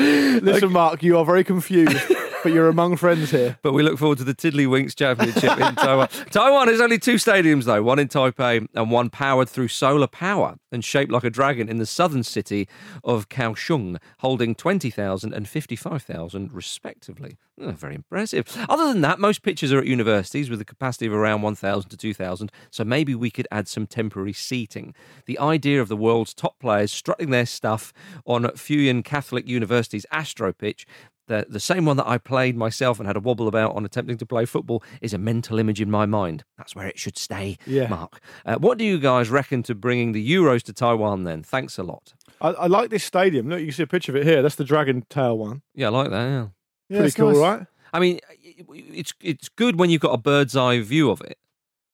S2: Listen, Mark, you are very confused, but you're among friends here.
S1: but we look forward to the Tiddlywinks Championship in Taiwan. Taiwan has only two stadiums, though one in Taipei and one powered through solar power and shaped like a dragon in the southern city of Kaohsiung, holding 20,000 and 55,000 respectively. Oh, very impressive. Other than that, most pitches are at universities with a capacity of around 1,000 to 2,000, so maybe we could add some temporary seating. The idea of the world's top players strutting their stuff on Fuyan Catholic University's Astro pitch the, the same one that I played myself and had a wobble about on attempting to play football is a mental image in my mind. That's where it should stay,
S2: Yeah.
S1: Mark. Uh, what do you guys reckon to bringing the Euros to Taiwan then? Thanks a lot.
S2: I, I like this stadium. Look, you can see a picture of it here. That's the Dragon Tail one.
S1: Yeah, I like that. Yeah.
S3: Yeah,
S2: Pretty
S3: it's
S2: cool,
S3: nice.
S2: right?
S1: I mean, it's it's good when you've got a bird's eye view of it,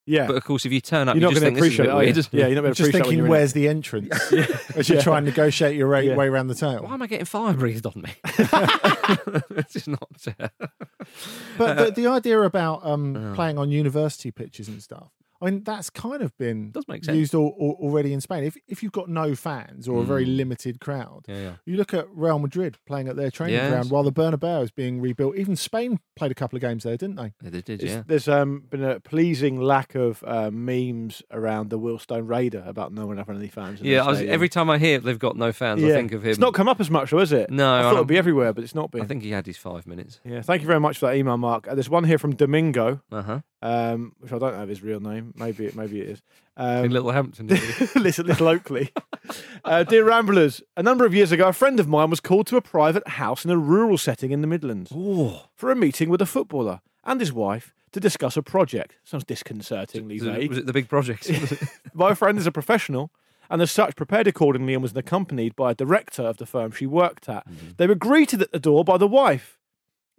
S2: Yeah.
S1: but of course, if you turn up,
S2: you're not
S1: you just
S2: going
S1: think
S2: to
S1: this is a
S2: appreciate
S1: bit
S2: it, are you?
S1: weird.
S2: Yeah, you're not going to
S3: Just
S2: appreciate it when you're
S3: thinking,
S2: in it.
S3: where's the entrance? As you
S2: Yeah.
S3: try and negotiate your ra-
S2: Yeah.
S3: way around the tail.
S1: Why am I getting fire breathed on me? it's just not. Uh,
S3: But the, the idea about um, playing on university pitches and stuff, I mean, that's kind of been
S1: Does make sense.
S3: used al- al- already in Spain. If, if you've got no fans or a very
S2: Mm.
S3: limited crowd,
S1: yeah, yeah.
S3: you look at Real Madrid playing at their training
S1: Yes.
S3: ground while the Bernabeu is being rebuilt. Even Spain played a couple of games there, didn't they?
S1: Yeah, They did,
S2: It's-
S1: yeah.
S2: There's um, been a pleasing lack of uh, memes around the Willstone Raider about no one having any fans. in
S1: Yeah,
S2: the
S1: I was,
S2: stadium.
S1: every time I hear they've got no fans, I think of him.
S2: It's not come up as much, though, is it?
S1: No,
S2: I thought
S1: I-
S2: it'd be everywhere, but it's not been.
S1: I think he had his five minutes.
S2: Yeah, thank you very much for that email, Mark. Uh, there's one here from Domingo,
S1: Uh huh.
S2: um, which I don't know his real name. Maybe it, maybe it is.
S1: in
S2: Um,
S1: Little Hampton. didn't he?
S2: listen, little locally. Uh, dear Ramblers, a number of years ago, a friend of mine was called to a private house in a rural setting in the Midlands for a meeting with a footballer and his wife to discuss a project. Sounds disconcertingly
S1: Was it,
S2: vague.
S1: was it the big project?
S2: My friend is a professional and as such prepared accordingly and was accompanied by a director of the firm she worked at. They were greeted at the door by the wife,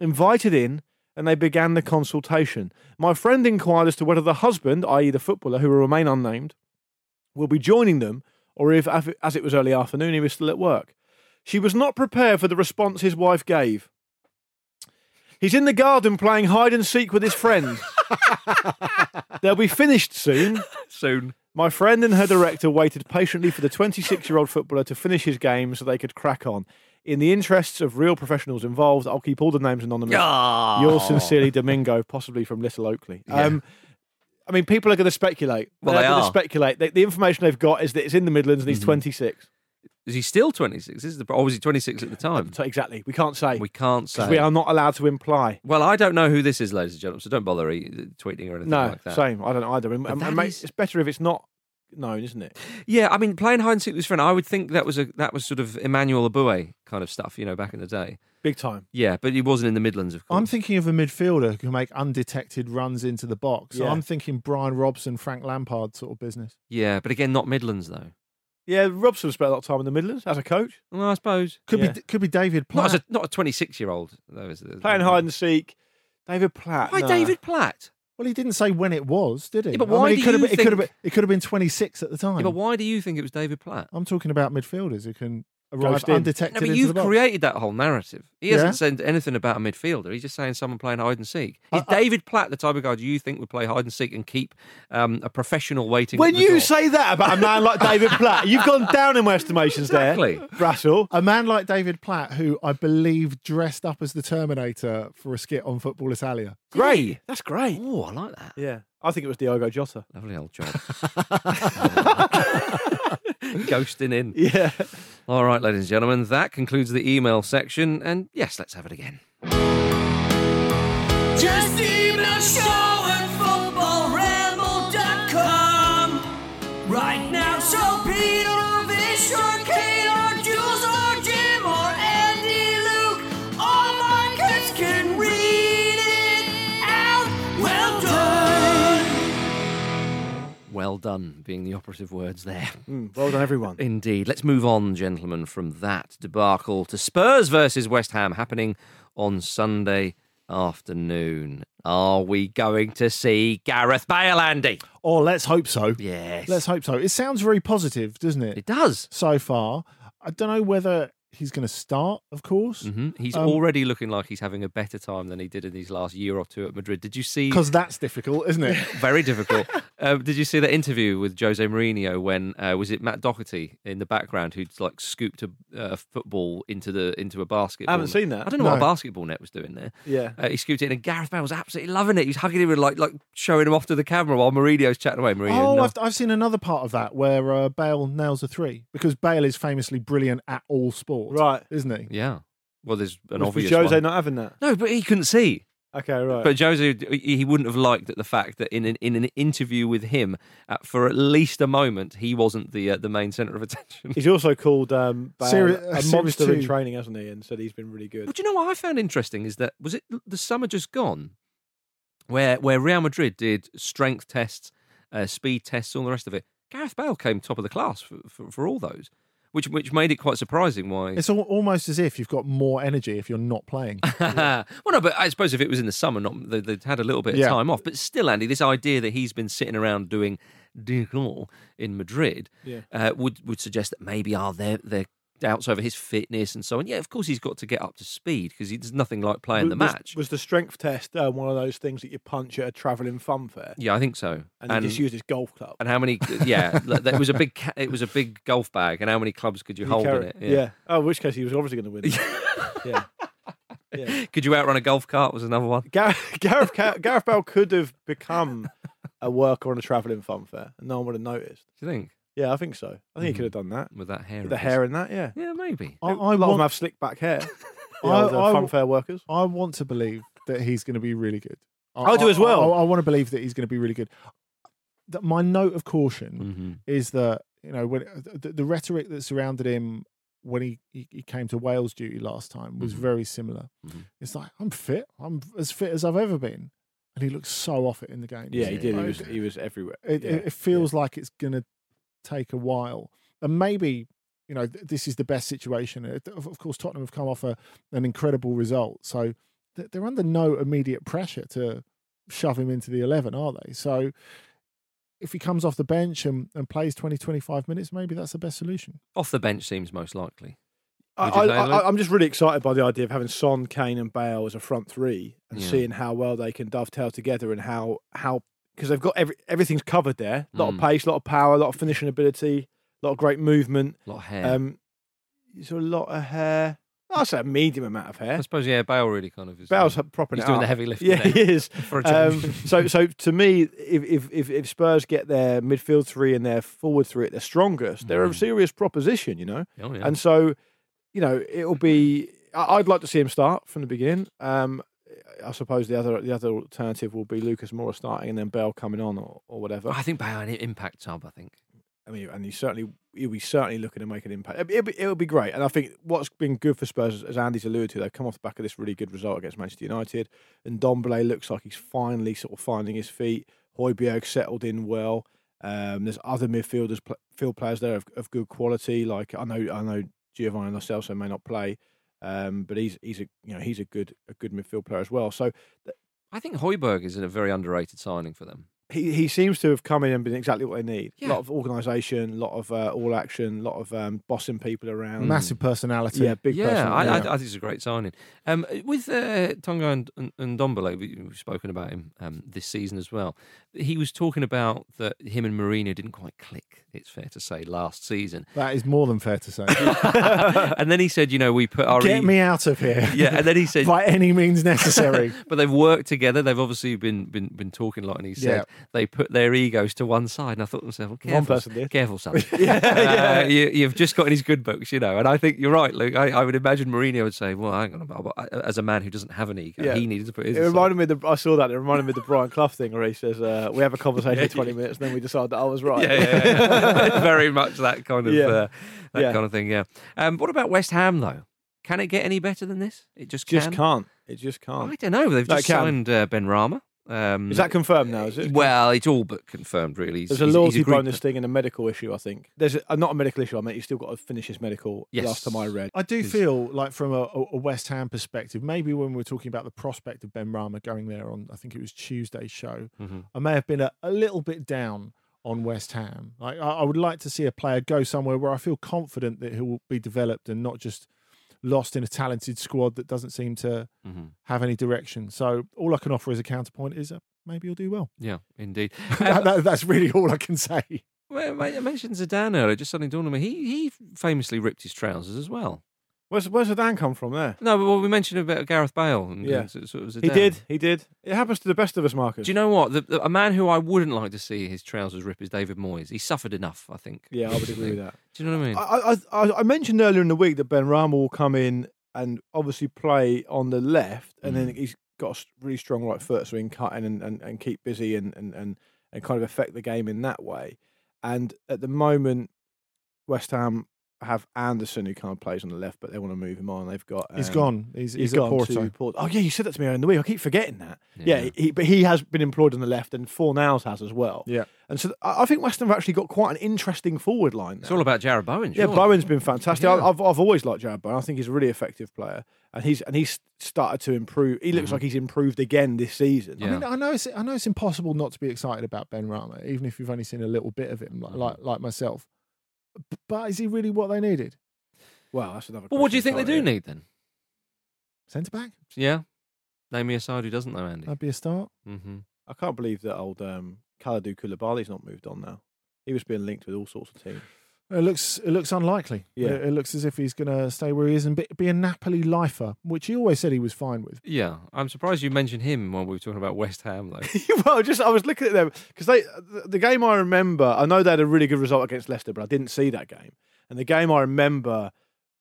S2: invited in, and they began the consultation. My friend inquired as to whether the husband, i.e., the footballer, who will remain unnamed, will be joining them or if, af- as it was early afternoon, he was still at work. She was not prepared for the response his wife gave. He's in the garden playing hide and seek with his friends. They'll be finished soon.
S1: Soon.
S2: My friend and her director waited patiently for the 26 year old footballer to finish his game so they could crack on. In the interests of real professionals involved, I'll keep all the names anonymous. Yours sincerely, Domingo, possibly from Little Oakley. Um, I mean, people are going to speculate.
S1: Well, they
S2: They're going
S1: are. Mm-hmm.
S2: to speculate. The, the information they've got is that it's in the Midlands and he's 26.
S1: Is he still 26? This is the, pro- or was he 26 at the time?
S2: So exactly. We can't say.
S1: We can't
S2: 'cause
S1: say.
S2: we are not allowed to imply.
S1: Well, I don't know who this is, ladies and gentlemen, so don't bother e- tweeting or anything
S2: No,
S1: like that.
S2: same. I don't either. And,
S1: But
S2: and
S1: that
S2: mate,
S1: is-
S2: It's better if it's not known, isn't it?
S1: Yeah, I mean, playing hide and seek with his friend, I would think that was a that was sort of Emmanuel Abue kind of stuff, you know, back in the day.
S2: Big time.
S1: Yeah, but he wasn't in the Midlands, of course.
S3: I'm thinking of a midfielder who can make undetected runs into the box.
S2: Yeah.
S3: I'm thinking Brian Robson, Frank Lampard sort of business.
S1: yeah, but again, not Midlands though.
S2: Yeah, Robson spent a lot of time in the Midlands as a coach,
S1: Well, I suppose
S3: Could
S2: Yeah.
S3: be could be David
S1: not
S3: Platt.
S1: as a not a 26 year old though. Is it?
S2: playing hide and seek. David Platt.
S1: Why
S2: no.
S1: David Platt?
S3: well, he didn't say when it was, did he?
S1: Yeah, but
S3: I mean,
S1: why
S3: it
S1: do
S3: could have
S1: you
S3: been, it could have
S1: think-
S3: been, it could have been 26 at the time.
S1: Yeah, but why do you think it was David Platt?
S3: I'm talking about midfielders who can arrive
S2: Ghost in.
S1: No,
S3: undetected
S1: but
S3: into the
S1: you've
S3: box.
S1: created that whole narrative. He
S3: Yeah.
S1: hasn't said anything about a midfielder. He's just saying someone playing hide and seek. Is
S3: I- I-
S1: David Platt the type of guy do you think would play hide and seek and keep um, a professional waiting? at
S2: When
S1: the
S2: you
S1: door?
S2: say that about a man like David Platt, you've gone down in my estimations
S1: Exactly.
S2: there, Russell.
S3: a man like David Platt, who I believe dressed up as the Terminator for a skit on Football Italia.
S2: Great. That's great.
S1: "Oh, I like that."
S2: Yeah. I think it was Diogo Jota.
S1: Lovely old job. Ghosting in.
S2: Yeah.
S1: All right, ladies and gentlemen, that concludes the email section. And yes, let's have it again.
S4: Just email show at footballramble.com. Right now, so Pete or Vish or Kate or Jules or Jim or Andy, Luke, all Marcus can read it out. Well done.
S1: Well done, being the operative words there.
S2: Mm, well done, everyone.
S1: Indeed. Let's move on, gentlemen, from that debacle to Spurs versus West Ham happening on Sunday afternoon. Are we going to see Gareth Bale, Andy?
S3: Oh, let's hope so.
S1: Yes.
S3: Let's hope so. It sounds very positive, doesn't it?
S1: it does.
S3: So far, I don't know whether he's going to start. Of course,
S1: hmm He's
S3: Um,
S1: already looking like he's having a better time than he did in these last year or two at Madrid. Did you see?
S3: because that's difficult, isn't it?
S1: Very difficult. uh, did you see that interview with Jose Mourinho when uh, was it Matt Doherty in the background who'd like scooped a uh, football into the into a basketball?
S2: I haven't seen that.
S1: I don't know what a
S3: No.
S1: basketball net was doing there.
S2: Yeah.
S1: Uh, he scooped it in, and Gareth Bale was absolutely loving it. He was hugging him and like like showing him off to the camera while Mourinho's chatting away. Mourinho,
S3: oh,
S1: no.
S3: I've, I've seen another part of that where uh, Bale nails a three because Bale is famously brilliant at all sports,
S2: Right.
S3: Isn't he?
S1: yeah. Well, there's an
S2: Was-
S1: obvious
S2: was Jose
S1: one.
S2: not having that?
S1: no, but he couldn't see.
S2: Okay, right.
S1: But Jose, he wouldn't have liked the fact that in an, in an interview with him, uh, for at least a moment, he wasn't the uh, the main centre of attention.
S2: He's also called um, Bale
S3: Seri- uh,
S2: a
S3: Series
S2: monster in
S3: two.
S2: training, hasn't he? And said he's been really good.
S1: But you know what I found interesting is that was it the summer just gone, where where Real Madrid did strength tests, uh, speed tests, all the rest of it. Gareth Bale came top of the class for, for, for all those, which which made it quite surprising why.
S3: It's al- almost as if you've got more energy if you're not playing.
S1: well, no, but I suppose if it was in the summer, not they, they'd had a little bit of
S3: Yeah.
S1: time off. But still, Andy, this idea that he's been sitting around doing Dijon in Madrid
S2: Yeah.
S1: uh, would would suggest that maybe are there there doubts over his fitness and so on. Yeah, of course he's got to get up to speed because there's nothing like playing the
S2: Was- was-
S1: match.
S2: Was, the strength test uh, one of those things that you punch at a travelling fun fair?
S1: Yeah, I think so.
S2: And, he just used his golf club.
S1: and how many? Yeah, like, that was a big. ca- It was a big golf bag, and how many clubs could you
S2: He
S1: hold in
S2: carried-
S1: it?
S2: Oh, in which case he was obviously going to win. yeah.
S1: Could you outrun a golf cart? Was another one.
S2: Gareth, Gareth, Ca- Gareth Bale could have become a worker on a travelling fun fair, and no one would have noticed.
S1: Do you think
S2: Yeah, I think so. I think he could have done that.
S1: with that hair?
S2: With
S1: of
S2: the
S1: his-
S2: hair Oh. in that, yeah.
S1: Yeah, maybe.
S3: I, I,
S2: a lot of them
S3: want,
S2: have slick back hair. The
S3: I-
S2: old, uh,
S3: I-
S2: fun fair workers.
S3: I want to believe that he's going to be really good. I,
S2: I do
S3: I-
S2: as well.
S3: I, I want to believe that he's going to be really good. That my note of caution
S1: Mm-hmm.
S3: is that you know when uh, the, the rhetoric that surrounded him when he, he, he came to Wales duty last time was
S1: Mhm.
S2: Mm-hmm.
S3: very similar.
S1: Mhm.
S3: It's like I'm fit, I'm as fit as I've ever been, and he looks so off it in the game.
S2: Yeah, he
S1: Yeah,
S2: did. He
S1: yeah.
S2: was, he was everywhere.
S3: It,
S2: yeah.
S3: it, it feels like it's going to take a while, and maybe you know th- this is the best situation. It- Of of course, Tottenham have come off a, an incredible result, so th- they're under no immediate pressure to shove him into the eleven, are they? So. If he comes off the bench and, and plays 20, 25 minutes, maybe that's the best solution.
S1: Off the bench seems most likely.
S2: I,
S1: Would you say,
S2: I,
S1: Luke?
S2: I, I'm just really excited by the idea of having Son, Kane, and Bale as a front three, and
S1: Yeah.
S2: seeing how well they can dovetail together, and how how because they've got every everything's covered there. A lot
S1: Mm.
S2: of pace, a lot of power, a lot of finishing ability, a lot of great movement.
S1: A lot of hair.
S2: Um, so a lot of hair. I'd say a medium amount of hair.
S1: I suppose yeah, Bale really kind of is.
S2: Bale's propping
S1: he's
S2: it
S1: doing
S2: up.
S1: the heavy lifting.
S2: Yeah,
S1: there
S2: he is.
S1: for a
S2: Um,
S1: change.
S2: so, so to me, if, if if if Spurs get their midfield three and their forward three at their strongest, they're a
S1: Mm.
S2: serious proposition, you know.
S1: Oh, yeah.
S2: And so, you know, it'll be. I- I'd like to see him start from the beginning. Um, I suppose the other the other alternative will be Lucas Moura starting and then Bell coming on or, or whatever.
S1: I think Bale an impact sub. I think
S2: I mean, and you certainly he'll be certainly looking to make an impact. It'll be- It'll be, it'll be great, and I think what's been good for Spurs, as Andy's alluded to, they've come off the back of this really good result against Manchester United, and Dombele looks like he's finally sort of finding his feet. Hoiberg settled in well. Um, there's other midfielders, pl- field players there of, of good quality. Like I know, I know Giovanni Lo Celso may not play, um, but he's he's a you know he's a good a good midfield player as well. So
S1: I think Hoiberg is a very underrated signing for them.
S2: he, he seems to have come in and been exactly what they need. A
S1: Yeah.
S2: lot of organisation, a lot of uh, all action, a lot of um, bossing people around.
S3: Massive personality.
S2: Yeah, big person.
S1: yeah, I, I,
S2: yeah.
S1: I think it's a great signing. Um, with uh, Tonga and, and, and Dombele, we, we've spoken about him um, this season as well. He was talking about that him and Marino didn't quite click. It's fair to say last season,
S3: That is more than fair to say.
S1: and then he said, you know, we put our e
S3: Get me out of here.
S1: yeah, and then he said,
S3: By any means necessary.
S1: but they've worked together. They've obviously been been been talking a lot, and he said they put their egos to one side. And I thought to myself, well, careful,
S2: One person did.
S1: careful, son. Uh, you, you've just got in his good books, you know. And I think you're right, Luke. I, I would imagine Mourinho would say, "Well, hang on, a minute, but as a man who doesn't have an ego,
S2: Yeah.
S1: he needed to put his."
S2: It reminded me. Of the, I saw that. It reminded me of the Brian Clough thing where he says, uh, "We have a conversation for twenty minutes, and then we decide that I was right."
S1: yeah, yeah, yeah, yeah. very much that kind of
S2: Yeah.
S1: uh, that
S2: Yeah.
S1: kind of thing. Yeah. Um, what about West Ham though? Can it get any better than this? It just
S2: just
S1: can.
S2: can't. It just can't.
S1: I don't know. They've
S2: No, it
S1: just
S2: can.
S1: signed uh, Ben Rama. Um,
S2: Is that confirmed now? Is it?
S1: Well, it's all but confirmed, really. He's-
S2: There's a
S1: he's- he's
S2: loyalty
S1: agreed
S2: bonus thing and a medical issue. I think there's a, uh, not a medical issue. I meant you still got to finish his medical.
S1: Yes.
S2: Last time I read.
S3: I do
S1: Is-
S3: feel like from a, a- a West Ham perspective, maybe when we were talking about the prospect of Ben Rama going there on, I think it was Tuesday's show,
S2: Mm-hmm.
S1: Mhm.
S3: I may have been a, a little bit down on West Ham. Like, I, I would like to see a player go somewhere where I feel confident that he'll be developed and not just lost in a talented squad that doesn't seem to
S1: Mhm.
S3: have any direction. So all I can offer as a counterpoint is uh, maybe he'll do well.
S1: Yeah, indeed.
S3: That- that- that's really all I can say.
S1: Well, I I mentioned Zidane earlier. Just suddenly dawned on me. He he famously ripped his trousers as well.
S2: Where's Where's the Dan come from? There.
S1: No, but well, we mentioned about Gareth Bale. And,
S2: Yeah.
S1: and so, so it was
S2: He
S1: Zidane.
S2: did. He did. It happens to the best of us, Marcus.
S1: Do you know what? The, the, a man who I wouldn't like to see his trousers rip is David Moyes. He suffered enough, I think.
S2: yeah, I would agree with that. Uh,
S1: Do you know what I mean?
S2: I, I- I, I mentioned earlier in the week that Ben Rama will come in and obviously play on the left, and then
S1: Mm.
S2: he's got a s- really strong right foot, so he can cut in and, and, and keep busy and, and, and, and kind of affect the game in that way. And at the moment, West Ham have Anderson, who kind of plays on the left, but they want to move him on. They've got
S3: He's
S2: um,
S3: gone. He's, he's,
S2: He's
S3: at
S2: gone
S3: Porto.
S2: to Porto. Oh yeah, you said that to me earlier in the week. I keep forgetting that. Yeah, he, but he has been employed on the left, and Fornals has as well.
S3: Yeah.
S2: and so I I think West Ham have actually got quite an interesting forward line.
S1: It's
S2: now.
S1: all about Jared Bowen.
S2: Yeah,
S1: surely.
S2: Bowen's been fantastic. I
S1: Yeah.
S2: I've I've always liked Jared Bowen. I think he's a really effective player, and he's and he's started to improve. He looks
S1: Mhm.
S2: like he's improved again this season.
S1: Yeah.
S3: I mean, I know it's I know it's impossible not to be excited about Ben Rama, even if you've only seen a little bit of him, like like, like myself. B- But is he really what they needed?
S2: Well, that's another.
S1: Well, what do you think
S2: question
S1: they do
S2: entirely.
S1: need then?
S3: Centre back?
S1: Yeah. Name me a side who doesn't though, Andy.
S2: Um,
S3: That'd be a start.
S1: Mm-hmm.
S2: I can't believe that old um, Kalidou Koulibaly's not moved on now. He was being linked with all sorts of teams.
S3: It looks it looks unlikely.
S2: Yeah.
S3: It, it looks as if he's going to stay where he is and be, be a Napoli lifer, which he always said he was fine with.
S1: Yeah, I'm surprised you mentioned him when we were talking about West Ham though.
S2: well, just I was looking at them because they the, the game I remember. I know they had a really good result against Leicester, but I didn't see that game. And the game I remember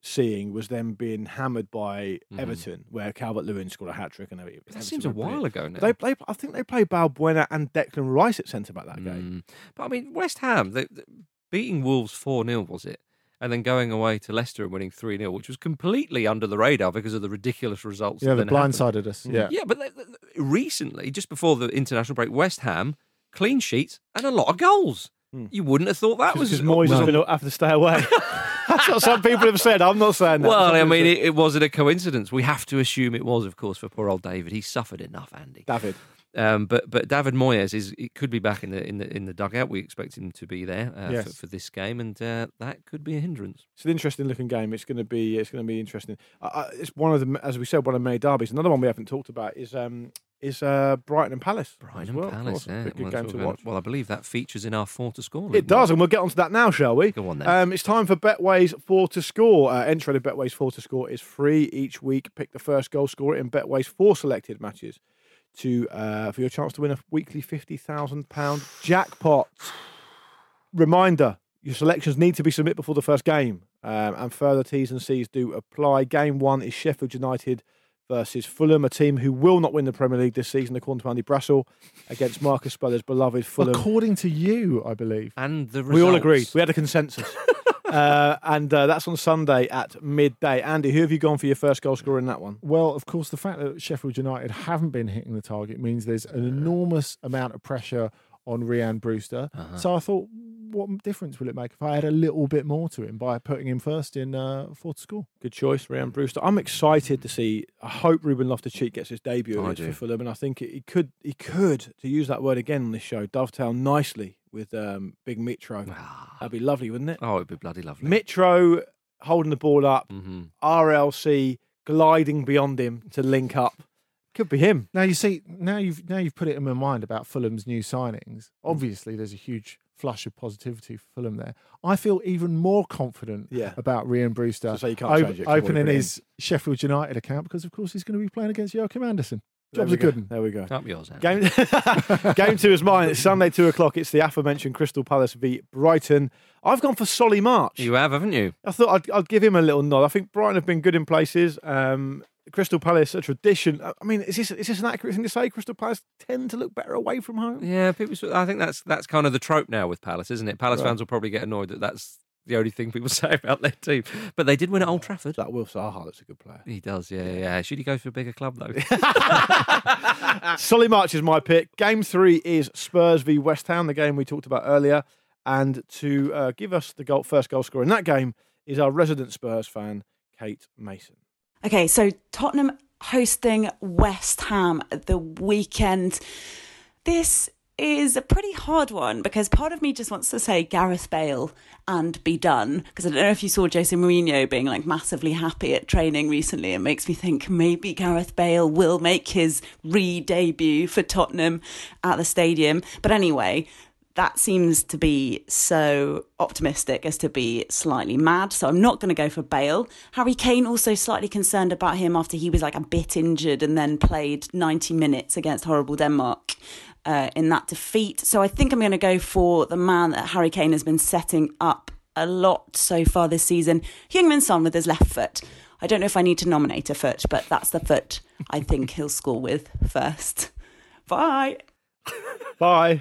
S2: seeing was them being hammered by
S1: Mhm.
S2: Everton, where Calvert Lewin scored a hat trick, and Everton
S1: that seems a
S2: were brilliant.
S1: while ago now.
S2: They, they, I think they played Balbuena and Declan Rice at centre back that game.
S1: Mm. But I mean, West Ham, they, they- beating Wolves 4 0, was it? And then going away to Leicester and winning 3 0, which was completely under the radar because of the ridiculous results.
S3: yeah,
S1: that
S3: they
S1: then happened.
S3: blindsided us. Mm-hmm. Yeah.
S1: Yeah, but they, they- recently, just before the international break, West Ham, clean sheets and a lot of goals.
S2: Mm.
S1: You wouldn't have thought that was.
S2: Because Moyes
S1: was
S2: has
S1: on-
S2: been having to stay away. That's what some people have said. I'm not saying that.
S1: well,
S2: Some
S1: I
S2: people
S1: mean,
S2: have
S1: it, it wasn't a coincidence. We have to assume it was, of course, for poor old David. He suffered enough, Andy.
S2: said- David.
S1: Um, but but David Moyes is it could be back in the in the in the dugout. We expect him to be there uh, for,
S3: Yes.
S1: for this game, and uh, that could be a hindrance.
S2: It's an interesting looking game. It's going to be. It's going to be interesting. I, I, it's one of the, as we said, one of the many derbies. Another one we haven't talked about is um is uh, Brighton and Palace. as
S1: Brighton
S2: well,
S1: and
S2: of
S1: Palace,
S2: course.
S1: yeah.
S2: Be a good
S1: Well,
S2: game
S1: that's
S2: to
S1: what we're gonna-
S2: watch.
S1: Well, I believe that features in our four to score.
S2: It
S1: link, Mark.
S2: does, and we'll get onto that now, shall we?
S1: Go on then.
S2: Um, it's time for Betway's Four to Score. Uh, entry to Betway's Four to Score is free each week. Pick the first goal scorer in Betway's four selected matches to uh, for your chance to win a weekly fifty thousand pound jackpot. Reminder: Your selections need to be submitted before the first game, um, and further T's and C's do apply. Game one is Sheffield United versus Fulham, a team who will not win the Premier League this season, according to Andy Brassel, against Marcus Speller's beloved Fulham.
S3: According to you, I believe.
S1: And the results.
S2: We all agreed. We had a consensus. uh, and uh, that's on Sunday at midday. Andy, who have you gone for your first goal scorer in that one?
S3: Well, of course, the fact that Sheffield United haven't been hitting the target means there's an enormous amount of pressure on Rian Brewster. So I thought, what difference will it make if I add a little bit more to him by putting him first in uh, fourth score?
S2: Good choice, Ryan Brewster. I'm excited to see. I hope Ruben Loftus-Cheek gets his debut
S1: I
S2: against
S1: do.
S2: for Fulham, and Oh, I think he could, he could, to use that word again on this show, dovetail nicely with um, Big Mitro.
S1: Ah.
S2: That'd be lovely, wouldn't it?
S1: Oh, it'd be bloody lovely.
S2: Mitro holding the ball up,
S1: hmm
S2: RLC gliding beyond him to link up. Could be him.
S3: Now you see, now you've now you've put it in my mind about Fulham's new signings. Obviously, there's a huge flush of positivity for Fulham there. I feel even more confident
S2: Yeah.
S3: about Rian Brewster
S2: So you can't
S3: op-
S2: change it 'cause we've
S3: opening
S2: already
S3: his Sheffield United account because, of course, he's going to be playing against Joachim Anderson.
S2: There
S3: Job's
S2: we
S3: a good
S2: go.
S3: one.
S2: There we go.
S1: Up yours, Andy.
S2: Game, game two is mine. It's Sunday, two o'clock. It's the aforementioned Crystal Palace v Brighton. I've gone for Solly March.
S1: You have, haven't you?
S2: I thought I'd, I'd give him a little nod. I think Brighton have been good in places. Um, Crystal Palace, a tradition. I I mean, is this is this an accurate thing to say? Crystal Palace tend to look better away from home.
S1: Yeah, people. s- I think that's that's kind of the trope now with Palace, isn't it? Palace
S2: Right.
S1: fans will probably get annoyed that that's the only thing people say about their team. But they did win at Old Trafford.
S2: That Will Saha that's a good player.
S1: He does, yeah, yeah, yeah. Should he go for a bigger club though?
S2: Solly March is my pick. Game three is Spurs v West Ham, the game we talked about earlier. And to uh, give us the goal, first goal scorer in that game is our resident Spurs fan, Kate Mason.
S6: Okay, so Tottenham hosting West Ham at the weekend. This is a pretty hard one because part of me just wants to say Gareth Bale and be done. Because I don't know if you saw Jose Mourinho being like massively happy at training recently. It makes me think maybe Gareth Bale will make his re debut for Tottenham at the stadium. But anyway, that seems to be so optimistic as to be slightly mad. So I'm not going to go for Bale. Harry Kane also slightly concerned about him after he was like a bit injured and then played 90 minutes against horrible Denmark uh, in that defeat. So I think I'm going to go for the man that Harry Kane has been setting up a lot so far this season, Heung-Min Son with his left foot. I don't know if I need to nominate a foot, but that's the foot I think he'll score with first. Bye.
S2: Bye.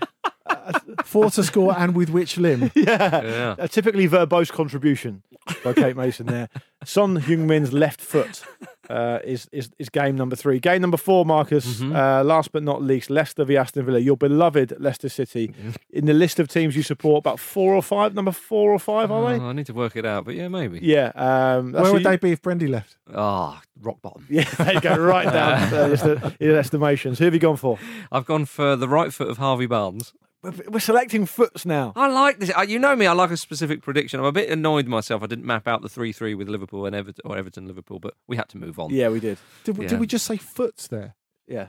S3: Four to score and with which limb?
S1: yeah.
S2: A Uh, typically verbose contribution by Kate Mason there. Son Heung-min's left foot uh, is, is is game number three. Game number four, Marcus. Uh, last but not least, Leicester v Aston Villa. Your beloved Leicester City. In the list of teams you support, about four or five. Number four or five, are
S1: Oh, I need to work it out, but yeah, maybe.
S2: they? Yeah. Um, that's
S3: Where
S2: who
S3: would
S2: you-
S3: they be if Brendy left?
S1: Ah, rock bottom.
S2: Yeah, they go right down uh, just the- your estimations. Who have you gone for?
S1: I've gone for the right foot of Harvey Barnes.
S2: We're, we're selecting foots now.
S1: I like this. Uh, You know me. I like a specific prediction. I'm a bit annoyed myself. I didn't map out the three-three with Liverpool and Everton or Everton Liverpool, but we had to move on.
S2: Yeah, we did.
S3: Did, we
S1: Yeah.
S3: did we just say foots there?
S2: Yeah.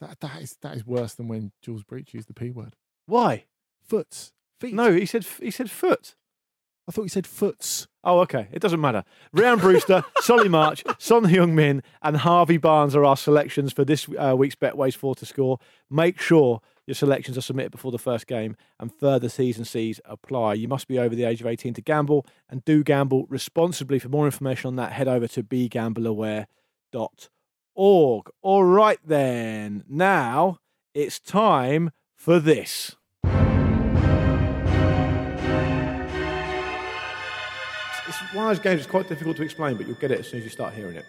S3: That that is that is worse than when Jules Breach used the p word.
S2: Why?
S3: Foots, feet.
S2: No, he said he said foot.
S3: I thought you said foots.
S2: Oh, okay. It doesn't matter. Ryan Brewster, Solly March, Son Heung-min, and Harvey Barnes are our selections for this uh, week's Betways 4 to score. Make sure your selections are submitted before the first game and further T's and C's apply. You must be over the age of 18 to gamble and do gamble responsibly. For more information on that, head over to begambleaware.org. All right, then. Now it's time for this. It's one of those games that's quite difficult to explain, but you'll get it as soon as you start hearing it.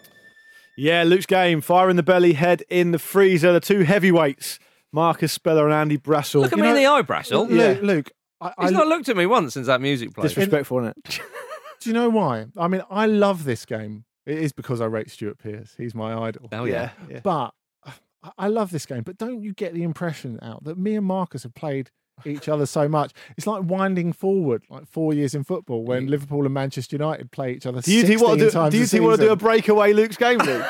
S2: Yeah, Luke's game. Fire in the belly, head in the freezer. The two heavyweights, Marcus Speller and Andy Brassel.
S1: Look at
S2: You
S1: me
S2: know,
S1: in the eye, Brassel.
S2: Yeah.
S3: Luke, Luke I, I,
S1: He's not looked at me once since that music played.
S2: Disrespectful, isn't it?
S3: do you know why? I mean, I love this game. It is because I rate Stuart Pearce. He's my idol.
S1: Oh yeah.
S2: yeah.
S3: But uh, I- I love this game. But don't you get the impression out that me and Marcus have played each other so much? It's like winding forward, like four years in football when Liverpool and Manchester United play each other.
S2: Do you, do you
S3: 16
S2: want to do,
S3: times
S2: do, you,
S3: a
S2: do, you want to do a
S3: season.
S2: breakaway Luke's game, Luke?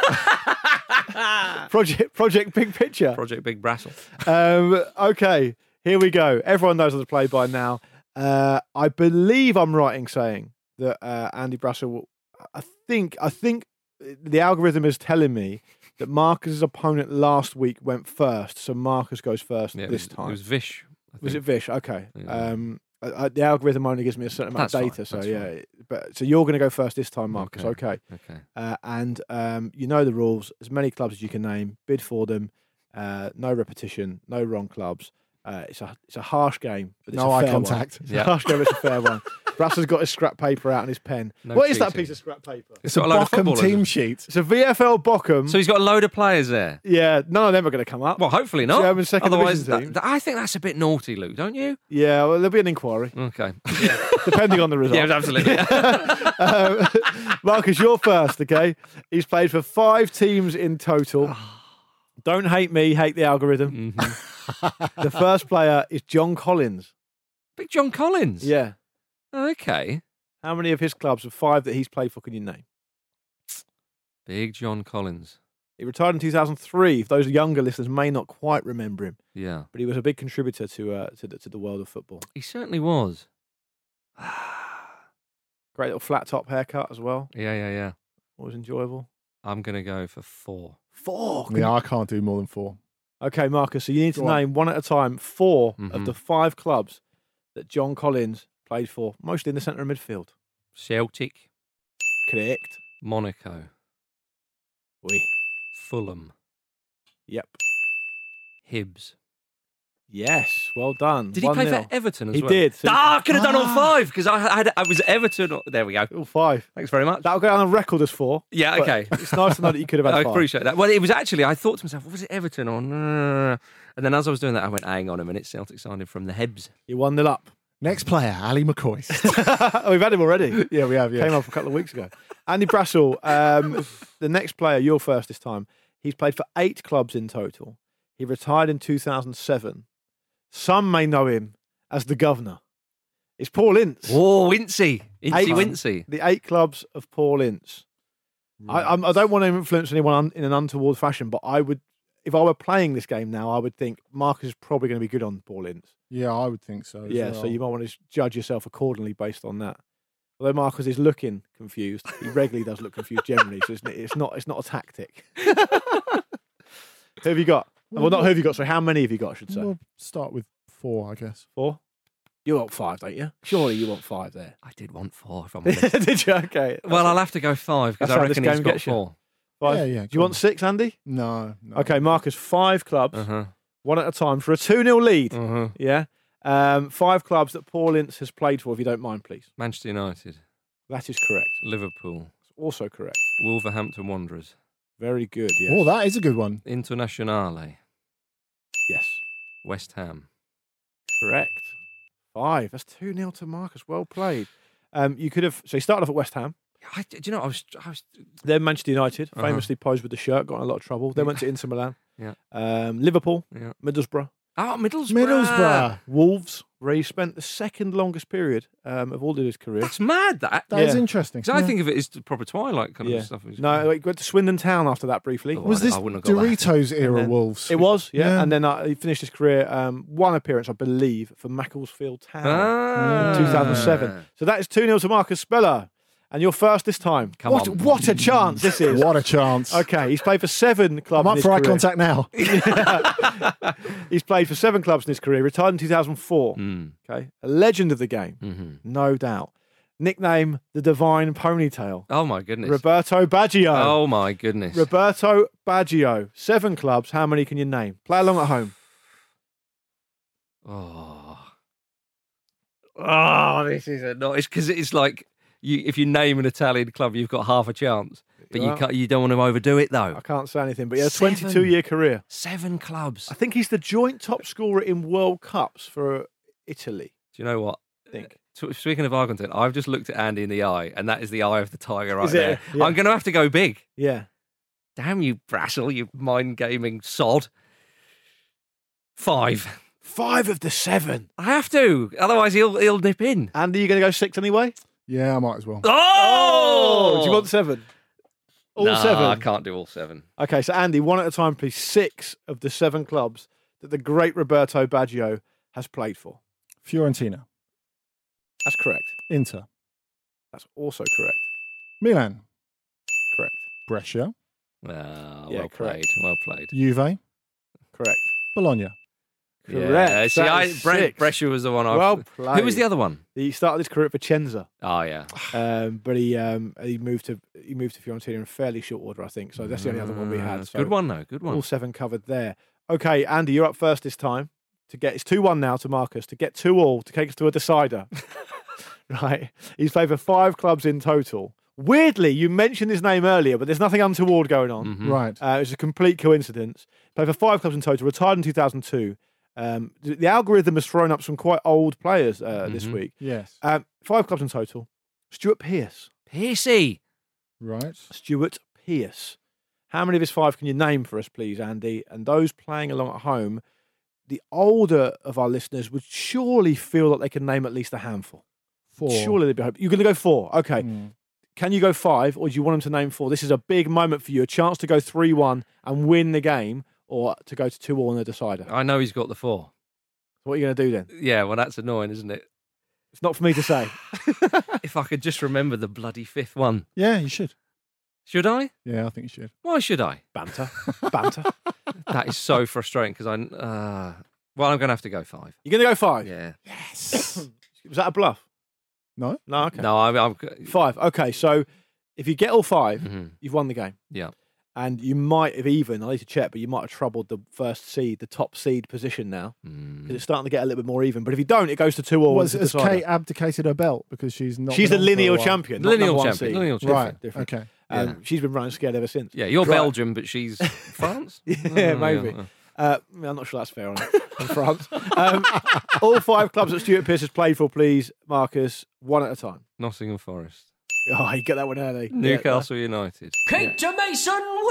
S2: Project, Project Big Picture.
S1: Project Big Brassel.
S2: Um, okay, here we go. Everyone knows how to play by now. Uh, I believe I'm right in saying that uh, Andy Brassel. Will, I think I think the algorithm is telling me that Marcus's opponent last week went first, so Marcus goes first
S1: Yeah, it
S2: this
S1: was-
S2: time.
S1: it was Vish. I
S2: Was
S1: think.
S2: it Vish? Okay.
S1: Yeah.
S2: Um, I, I, the algorithm only gives me a certain amount
S1: That's
S2: of
S1: fine,
S2: data. So
S1: that's
S2: yeah, but so you're going to go first this time, Marcus.
S1: Okay.
S2: Okay.
S1: Okay.
S2: Uh, and um, you know the rules. As many clubs as you can name, bid for them. Uh, no repetition, no wrong clubs. Uh, it's a it's a harsh game. But it's
S3: no
S2: a
S3: eye
S2: fair one.
S3: contact.
S2: It's
S1: Yeah.
S2: a harsh game. It's a fair one. Brass has got his scrap paper out and his pen.
S1: No
S2: what is that
S1: cheating.
S2: piece of scrap paper?
S1: It's
S3: It's a
S1: got a load of
S3: Bochum
S1: footballers.
S3: team sheet.
S2: It's a VFL Bochum.
S1: So he's got a load of players there.
S2: yeah, none of them are going to come up.
S1: Well, hopefully not.
S2: German second
S1: Otherwise,
S2: division team.
S1: that- that- I think that's a bit naughty, Luke, don't you?
S2: Yeah, well, there'll be an inquiry
S1: Okay.
S2: depending on the result.
S1: yeah, absolutely.
S2: Um, Marcus, you're first, okay? He's played for five teams in total. Don't hate me, hate the algorithm.
S1: Mm-hmm.
S2: the first player is John Collins.
S1: Big John Collins.
S2: Yeah.
S1: Okay.
S2: How many of his clubs of five that he's played for can you name?
S1: Big John Collins.
S2: He retired in 2003. If those younger listeners may not quite remember him,
S1: Yeah.
S2: but he was a big contributor to uh, to, the, to the world of football.
S1: He certainly was.
S2: Great little flat top haircut as well.
S1: Yeah, yeah, yeah.
S2: Always enjoyable.
S1: I'm going to go for four.
S2: Four.
S3: Yeah, I can't do more than four.
S2: Okay, Marcus. So you need to
S3: Go on. Mm-hmm.
S2: name one at a time 4
S1: Mhm.
S2: of the five clubs that John Collins played for, mostly in the centre of midfield.
S1: Celtic,
S2: Correct.
S1: Monaco,
S2: Oui.
S1: Fulham,
S2: Yep.
S1: Hibs.
S2: Yes. Well done.
S1: Did he play
S2: 1-0.
S1: for Everton as
S2: He
S1: well?
S2: did. So-
S1: ah, I could have done all
S3: Ah.
S1: five because I had I was Everton. There we go.
S2: All five.
S1: Thanks very much.
S2: That'll go down on record as four.
S1: yeah,
S2: but
S1: okay.
S2: It's nice to know that you could have had
S1: I
S2: five.
S1: appreciate that. Well, it was actually, I thought to myself, was it Everton or no, no, no. And then as I was doing that, I went, hang on a minute, Celtic signed him from the Hebs.
S2: You're 1 0 up.
S3: Next player, Ali McCoy.
S2: oh, we've had him already.
S3: yeah, we have. Yeah.
S2: Came up a couple of weeks ago. Andy Brassel, um, the next player, your first this time. He's played for eight clubs in total. He retired in 2007. Some may know him as the governor. It's Paul Ince.
S1: Oh, Wincy. Incy
S2: Eight.
S1: Wincy.
S2: The eight clubs of Paul Ince. I, I'm, I don't want to influence anyone un, in an untoward fashion, but I would, if I were playing this game now, I would think Marcus is probably going to be good on Paul Ince.
S3: Yeah, I would think so. as
S2: yeah, so
S3: well.
S2: you might want to judge yourself accordingly based on that. Although Marcus is looking confused, he regularly does look confused generally, so it's, it's not it's not a tactic. who have you got? Well, not who have you got. So how many have you got? I should say
S3: We'll start with four, I guess.
S2: four. You want five, don't you? Surely you want five there.
S1: I did want four, if I'm honest.
S2: Did you? Okay.
S1: well, I'll have to go five because
S2: That's
S1: I
S2: how this
S1: reckon he's
S2: game
S1: got
S2: gets you.
S1: four.
S2: Five.
S3: Yeah, yeah,
S2: Do
S3: go
S2: you want
S3: on.
S2: six, Andy?
S3: No. no.
S2: Okay, Marcus, five clubs,
S3: Uh-huh.
S1: Uh huh.
S2: one at a time for a 2 0 lead.
S1: Uh huh.
S2: Yeah. Um, five clubs that Paul Ince has played for, if you don't mind, please.
S1: Manchester United,
S2: That is correct.
S1: Liverpool,
S2: It's also correct.
S1: Wolverhampton Wanderers,
S2: Very good. Yes.
S3: Oh, that is a good one.
S1: Internazionale,
S2: Yes.
S1: West Ham.
S2: Correct. Five. That's 2 0 to Marcus. Well played. Um, you could have. So he started off at West Ham,
S1: I, do you know, I was, I was,
S2: then Manchester United,
S1: Uh-huh.
S2: famously posed with the shirt, got in a lot of trouble. Then went to Inter Milan.
S1: Yeah.
S2: Um, Liverpool,
S1: yeah.
S2: Middlesbrough,
S1: Oh, Middlesbrough.
S3: Middlesbrough.
S2: Wolves, where he spent the second longest period um, of all of his career.
S1: That's mad, that.
S3: That is
S2: Yeah.
S3: interesting.
S1: Because I
S3: Yeah.
S1: think of it as the proper Twilight kind of stuff.
S2: No, he went to Swindon Town after that briefly.
S1: Oh,
S3: was
S1: I- I
S3: this
S1: wouldn't have got that.
S3: Doritos era
S2: then-
S3: Wolves?
S2: It was, yeah.
S3: Yeah.
S2: And then uh, he finished his career, um, one appearance, I believe, for Macclesfield Town
S1: Ah.
S2: in 2007. So that is 2 0 to Marcus Speller. And you're first this time.
S1: Come
S2: what,
S1: on.
S2: what a chance this is.
S3: What a chance!
S2: Okay, he's played for seven clubs.
S3: I'm
S2: in
S3: up
S2: his
S3: for eye
S2: career.
S3: contact now.
S2: He's played for seven clubs in his career, retired in 2004.
S1: Mm.
S2: Okay, a legend of the game,
S1: Mhm.
S2: no doubt. Nickname, the Divine Ponytail.
S1: Oh, my goodness.
S2: Roberto Baggio.
S1: Oh, my goodness.
S2: Roberto Baggio. Seven clubs. How many can you name? Play along at home.
S1: Oh. Oh, this is a not. It's because it's like you, if you name an Italian club, you've got half a chance, but you
S2: Well-
S1: can't, you don't want to overdo it though.
S2: I can't say anything, but yeah,
S1: Seven.
S2: 22 year career.
S1: Seven clubs.
S2: I think he's the joint top scorer in World Cups for Italy.
S1: Do you know what?
S2: I think.
S1: So, Speaking of Argentina, I've just looked at Andy in the eye, and that is the eye of the tiger right
S2: Is it?
S1: there.
S2: Yeah.
S1: I'm going to have to go big.
S2: Yeah.
S1: Damn you, Brassel, you mind gaming sod. Five.
S2: Five of the seven.
S1: I have to, otherwise he'll he'll nip in.
S2: Andy, you going to go six anyway?
S3: Yeah, I might as well.
S1: Oh,
S2: Do you want seven? All
S1: Nah,
S2: seven?
S1: I can't do all seven.
S2: Okay, so Andy, one at a time, please. Six of the seven clubs that the great Roberto Baggio has played for.
S3: Fiorentina,
S2: That's correct.
S3: Inter,
S2: That's also correct.
S3: Milan,
S2: Correct.
S3: Brescia,
S1: Ah,
S2: Yeah,
S1: well
S2: correct.
S1: played. Well played.
S3: Juve,
S2: Correct.
S3: Bologna,
S1: Yeah.
S2: Correct.
S1: See,
S2: That
S1: I,
S2: is
S1: Brent
S2: six.
S1: Brescia was the one. I
S2: Well
S1: Who was
S2: played.
S1: the other one?
S2: He started his career at Vicenza,
S1: Oh yeah.
S2: um, but he um, he moved to he moved to Fiorentina in fairly short order, I think. So that's the only other one we
S1: Mm,
S2: had.
S1: that's a
S2: So
S1: Good one though. Good one.
S2: All seven covered there. Okay, Andy, you're up first this time. To get it's two one now to Marcus to get two all to take us to a decider. right, he's played for five clubs in total. Weirdly, you mentioned his name earlier, but there's nothing untoward going on.
S1: Mhm.
S3: Right.
S2: Uh, it's a complete coincidence. Played for five clubs in total, retired in 2002. Um, th- the algorithm has thrown up some quite old players uh, this
S1: Mhm.
S2: week.
S3: Yes.
S2: Um, five clubs in total. Stuart Pearce.
S1: Piercy.
S3: Right.
S2: Stuart Pearce. How many of his five can you name for us, please, Andy? And those playing along at home, the older of our listeners would surely feel that they can name at least a handful.
S3: Four.
S2: Surely they'd be hoping. You're going to go four. Okay.
S3: Mm.
S2: Can you go five, or do you want them to name four? This is a big moment for you, a chance to go 3 1 and win the game, or to go to 2 all in the decider.
S3: Uh.
S1: I know he's got the four.
S2: What are you going to do then?
S1: Yeah. Well, that's annoying, isn't it?
S2: It's not for me to say.
S1: if I could just remember the bloody fifth one.
S3: Yeah, you should.
S1: Should I?
S3: Yeah, I think you should.
S1: Why should I?
S2: Banter. Banter.
S1: That is so frustrating because I. Uh, well, I'm going to have to go five.
S2: You're going to go five?
S1: Yeah.
S3: Yes.
S2: Was that a bluff?
S3: no.
S2: No, okay.
S1: No, I'm. I'm
S2: Five. Okay, so if you get all five,
S1: Mhm.
S2: you've won the game.
S1: Yeah.
S2: And you might have even, I need to check, but you might have troubled the first seed, the top seed position now,
S1: Mm.
S2: because it's starting to get a little bit more even. But if you don't, it goes to 2 all. and
S3: Well, has
S2: to
S3: has
S2: decider.
S3: Kate abdicated her belt because she's not?
S2: She's a
S3: been on for
S2: lineal
S3: while?
S2: champion. not
S1: Lineal
S2: number one
S1: champion.
S2: seed.
S1: Lineal champion.
S3: Right.
S2: Different.
S3: Okay.
S2: Um,
S1: Yeah.
S2: She's been running scared ever since.
S1: Yeah, you're
S2: Right.
S1: Belgium, but she's France.
S2: Yeah, maybe.
S1: yeah.
S2: Uh, I'm not sure that's fair on, on France. Um, all five clubs that Stuart Pearce has played for, please, Marcus, one at a time.
S1: Nottingham Forest,
S2: Oh, you get that one early.
S1: Newcastle United.
S4: Kate Mason wins.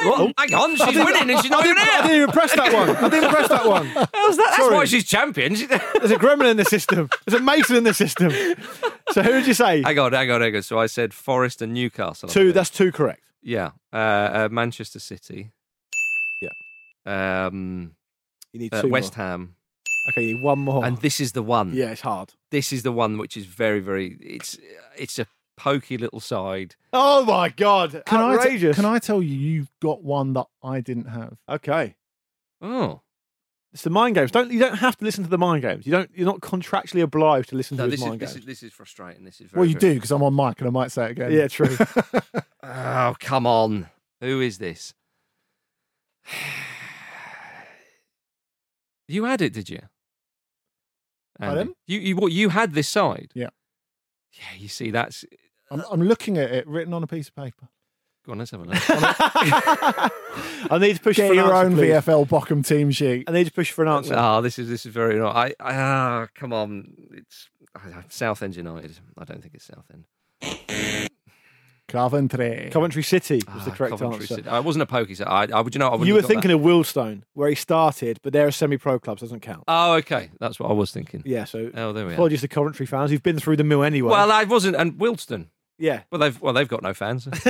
S1: Well, hang on, she's winning and she's not even
S2: I
S1: here.
S2: didn't even press that one. I didn't press that one.
S1: How's that? That's
S2: Sorry.
S1: why she's champion. She-
S2: There's a gremlin in the system. There's a Mason in the system. So who would you say?
S1: hang on, hang on, hang on. So I said Forest and Newcastle. I
S2: Two.
S1: think.
S2: That's two correct.
S1: yeah. Uh, uh, Manchester City.
S2: Yeah.
S1: Um,
S2: You need
S1: uh,
S2: two.
S1: West
S2: more.
S1: Ham.
S2: Okay, you need one more.
S1: And this is the one.
S2: yeah, it's hard.
S1: This is the one which is very, very. It's it's a pokey little side.
S2: Oh my God!
S3: Can I, t-
S2: Outrageous.
S3: can I tell you, you've got one that I didn't have.
S2: Okay.
S1: Oh,
S2: It's the mind games. Don't you don't have to listen to the mind games. You don't. You're not contractually obliged to listen
S1: no,
S2: to
S1: this
S2: his
S1: is,
S2: mind
S1: this
S2: games.
S1: is this is frustrating. This is very,
S3: Well, you
S1: very-
S3: do because I'm on mic and I might say it again.
S2: Yeah, true.
S1: Oh, come on. Who is this? You had it, did you? Andy?
S3: Pardon?
S1: You you what you had this side?
S3: Yeah.
S1: Yeah, you see that's
S3: I'm, I'm looking at it written on a piece of paper.
S1: go on, let's have a look.
S2: I need to push
S3: Get
S2: for an
S3: your
S2: answer,
S3: own
S2: please.
S3: VFL Bochum team sheet.
S2: I need to push for an answer.
S1: Ah, this is this is very annoying. I I ah, come on. It's I don't know, South End United. I don't think it's South End.
S3: Coventry.
S2: Coventry City was the
S1: Ah,
S2: correct
S1: Coventry
S2: answer.
S1: City. I wasn't a pokey, so I, I would you know I wouldn't
S2: You
S1: have
S2: were
S1: got that.
S2: thinking of Willstone, where he started, but they're a semi-pro club, so it doesn't count.
S1: Oh, okay. That's what I was thinking.
S2: Yeah, so
S1: Oh, there we are.
S2: apologies to Coventry fans. You've been through the mill anyway.
S1: Well, I wasn't and Wilston.
S2: yeah.
S1: Well, they've well they've got no fans. Apart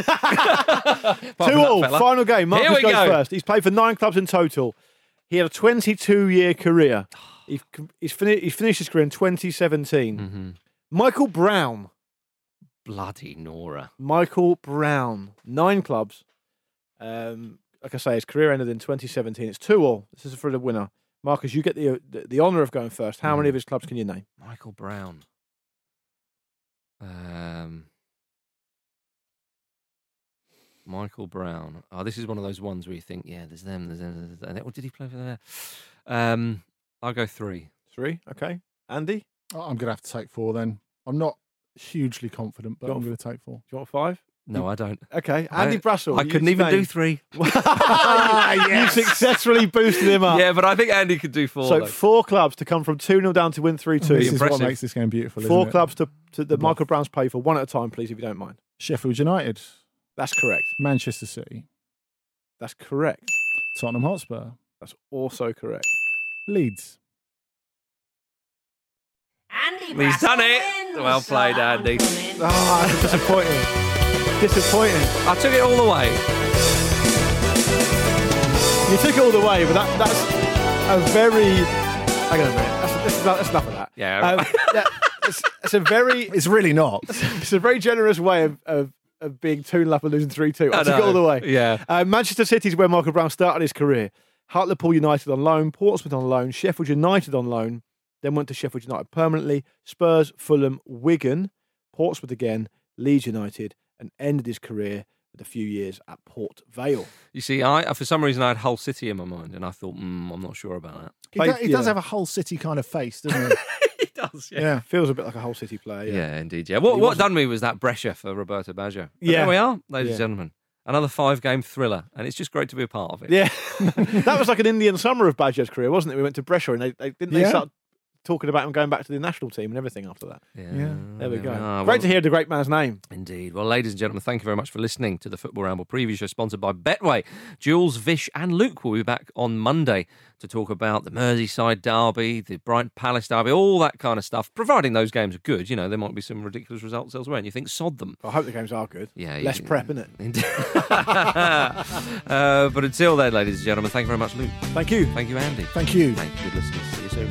S2: Two
S1: from that
S2: all,
S1: fella.
S2: final game. Marcus
S1: Here we
S2: goes
S1: go.
S2: first. He's played for nine clubs in total. He had a 22-year career. He's, com- he's, fini- he finished his career in 2017.
S1: Mhm.
S2: Michael Brown.
S1: Bloody Nora.
S2: Michael Brown. Nine clubs. Um, like I say, his career ended in 2017. It's two all. This is for the winner. Marcus, you get the the, the honour of going first. How
S1: Hmm.
S2: many of his clubs can you name?
S1: Michael Brown. Um, Michael Brown. Oh, this is one of those ones where you think, yeah, there's them, there's them, there's them. And then, Well, did he play for there? Um, I'll go three.
S2: Three. Okay. Andy, do
S3: Oh, I'm going to have to take four then. I'm not hugely confident, but
S2: Go
S3: I'm
S2: on.
S3: going to take four.
S2: you want five?
S1: No, I don't.
S2: Okay. Andy
S1: I-
S2: Brassel.
S1: I
S2: you
S1: couldn't even do
S2: named-
S1: three.
S2: You successfully boosted him up.
S1: Yeah, but I think Andy could do four.
S2: so
S1: though.
S2: four clubs to come from 2 0 down to win 3 2.
S3: This is
S1: impressive.
S3: what makes this game beautiful.
S2: Four
S3: isn't it?
S2: clubs to, to that Michael Brown's play for, one at a time, please, if you don't mind.
S3: Sheffield United,
S2: That's correct.
S3: Manchester City,
S2: That's correct.
S3: Tottenham Hotspur,
S2: That's also correct.
S3: Leeds.
S4: Andy
S1: He's done
S4: Brassel
S1: it.
S4: wins.
S1: Well played, Andy.
S2: Ah, that's disappointing. Disappointing.
S1: I took it all the way.
S2: You took it all the way, but that, that's a very. Hang on a minute. That's, that's, enough, that's enough of that.
S1: Yeah.
S2: Um, that- it's, it's a very.
S3: It's really not.
S2: It's a very generous way of, of, of being 2 0 up and losing 3 2. I,
S1: I
S2: took it
S1: know.
S2: all the way.
S1: Yeah.
S2: Uh, Manchester City's where Michael Brown started his career. Hartlepool United on loan, Portsmouth on loan, Sheffield United on loan, then went to Sheffield United permanently, Spurs, Fulham, Wigan, Portsmouth again, Leeds United, and ended his career with a few years at Port Vale.
S1: You see, I for some reason I had Hull City in my mind, and I thought, mm, I'm not sure about that.
S3: He,
S2: Played-
S3: do- he does
S2: yeah.
S3: have a whole city kind of face, doesn't
S1: It does,
S3: he? yeah.
S2: Feels a bit like a whole city player.
S1: Yeah,
S2: Yeah.
S1: indeed. Yeah. What what done me was that Brescia for Roberto Baggio. But
S2: Yeah.
S1: There we are, ladies
S2: Yeah.
S1: and gentlemen. Another five game thriller, and it's just great to be a part of it.
S2: Yeah. that was like an Indian summer of Badger's career, wasn't it? We went to Brescia and they, they didn't they
S3: Yeah.
S2: start talking about him going back to the national team and everything after that.
S3: Yeah.
S2: There we go.
S1: are.
S2: Great
S1: Ah, Well,
S2: to hear the great man's name.
S1: Indeed. Well, ladies and gentlemen, thank you very much for listening to the Football Ramble preview show sponsored by Betway. Jules, Vish, and Luke will be back on Monday to talk about the Merseyside derby, the Brighton Palace derby, all that kind of stuff. Providing those games are good, you know, there might be some ridiculous results elsewhere, and you think sod them.
S2: I hope the games are good.
S1: Yeah,
S2: Less
S1: you-
S2: prep, innit?
S1: Indeed. uh, but until then, ladies and gentlemen, thank you very much, Luke.
S2: Thank you.
S1: Thank you, Andy.
S3: Thank you.
S1: Thank you, good listeners. See you soon.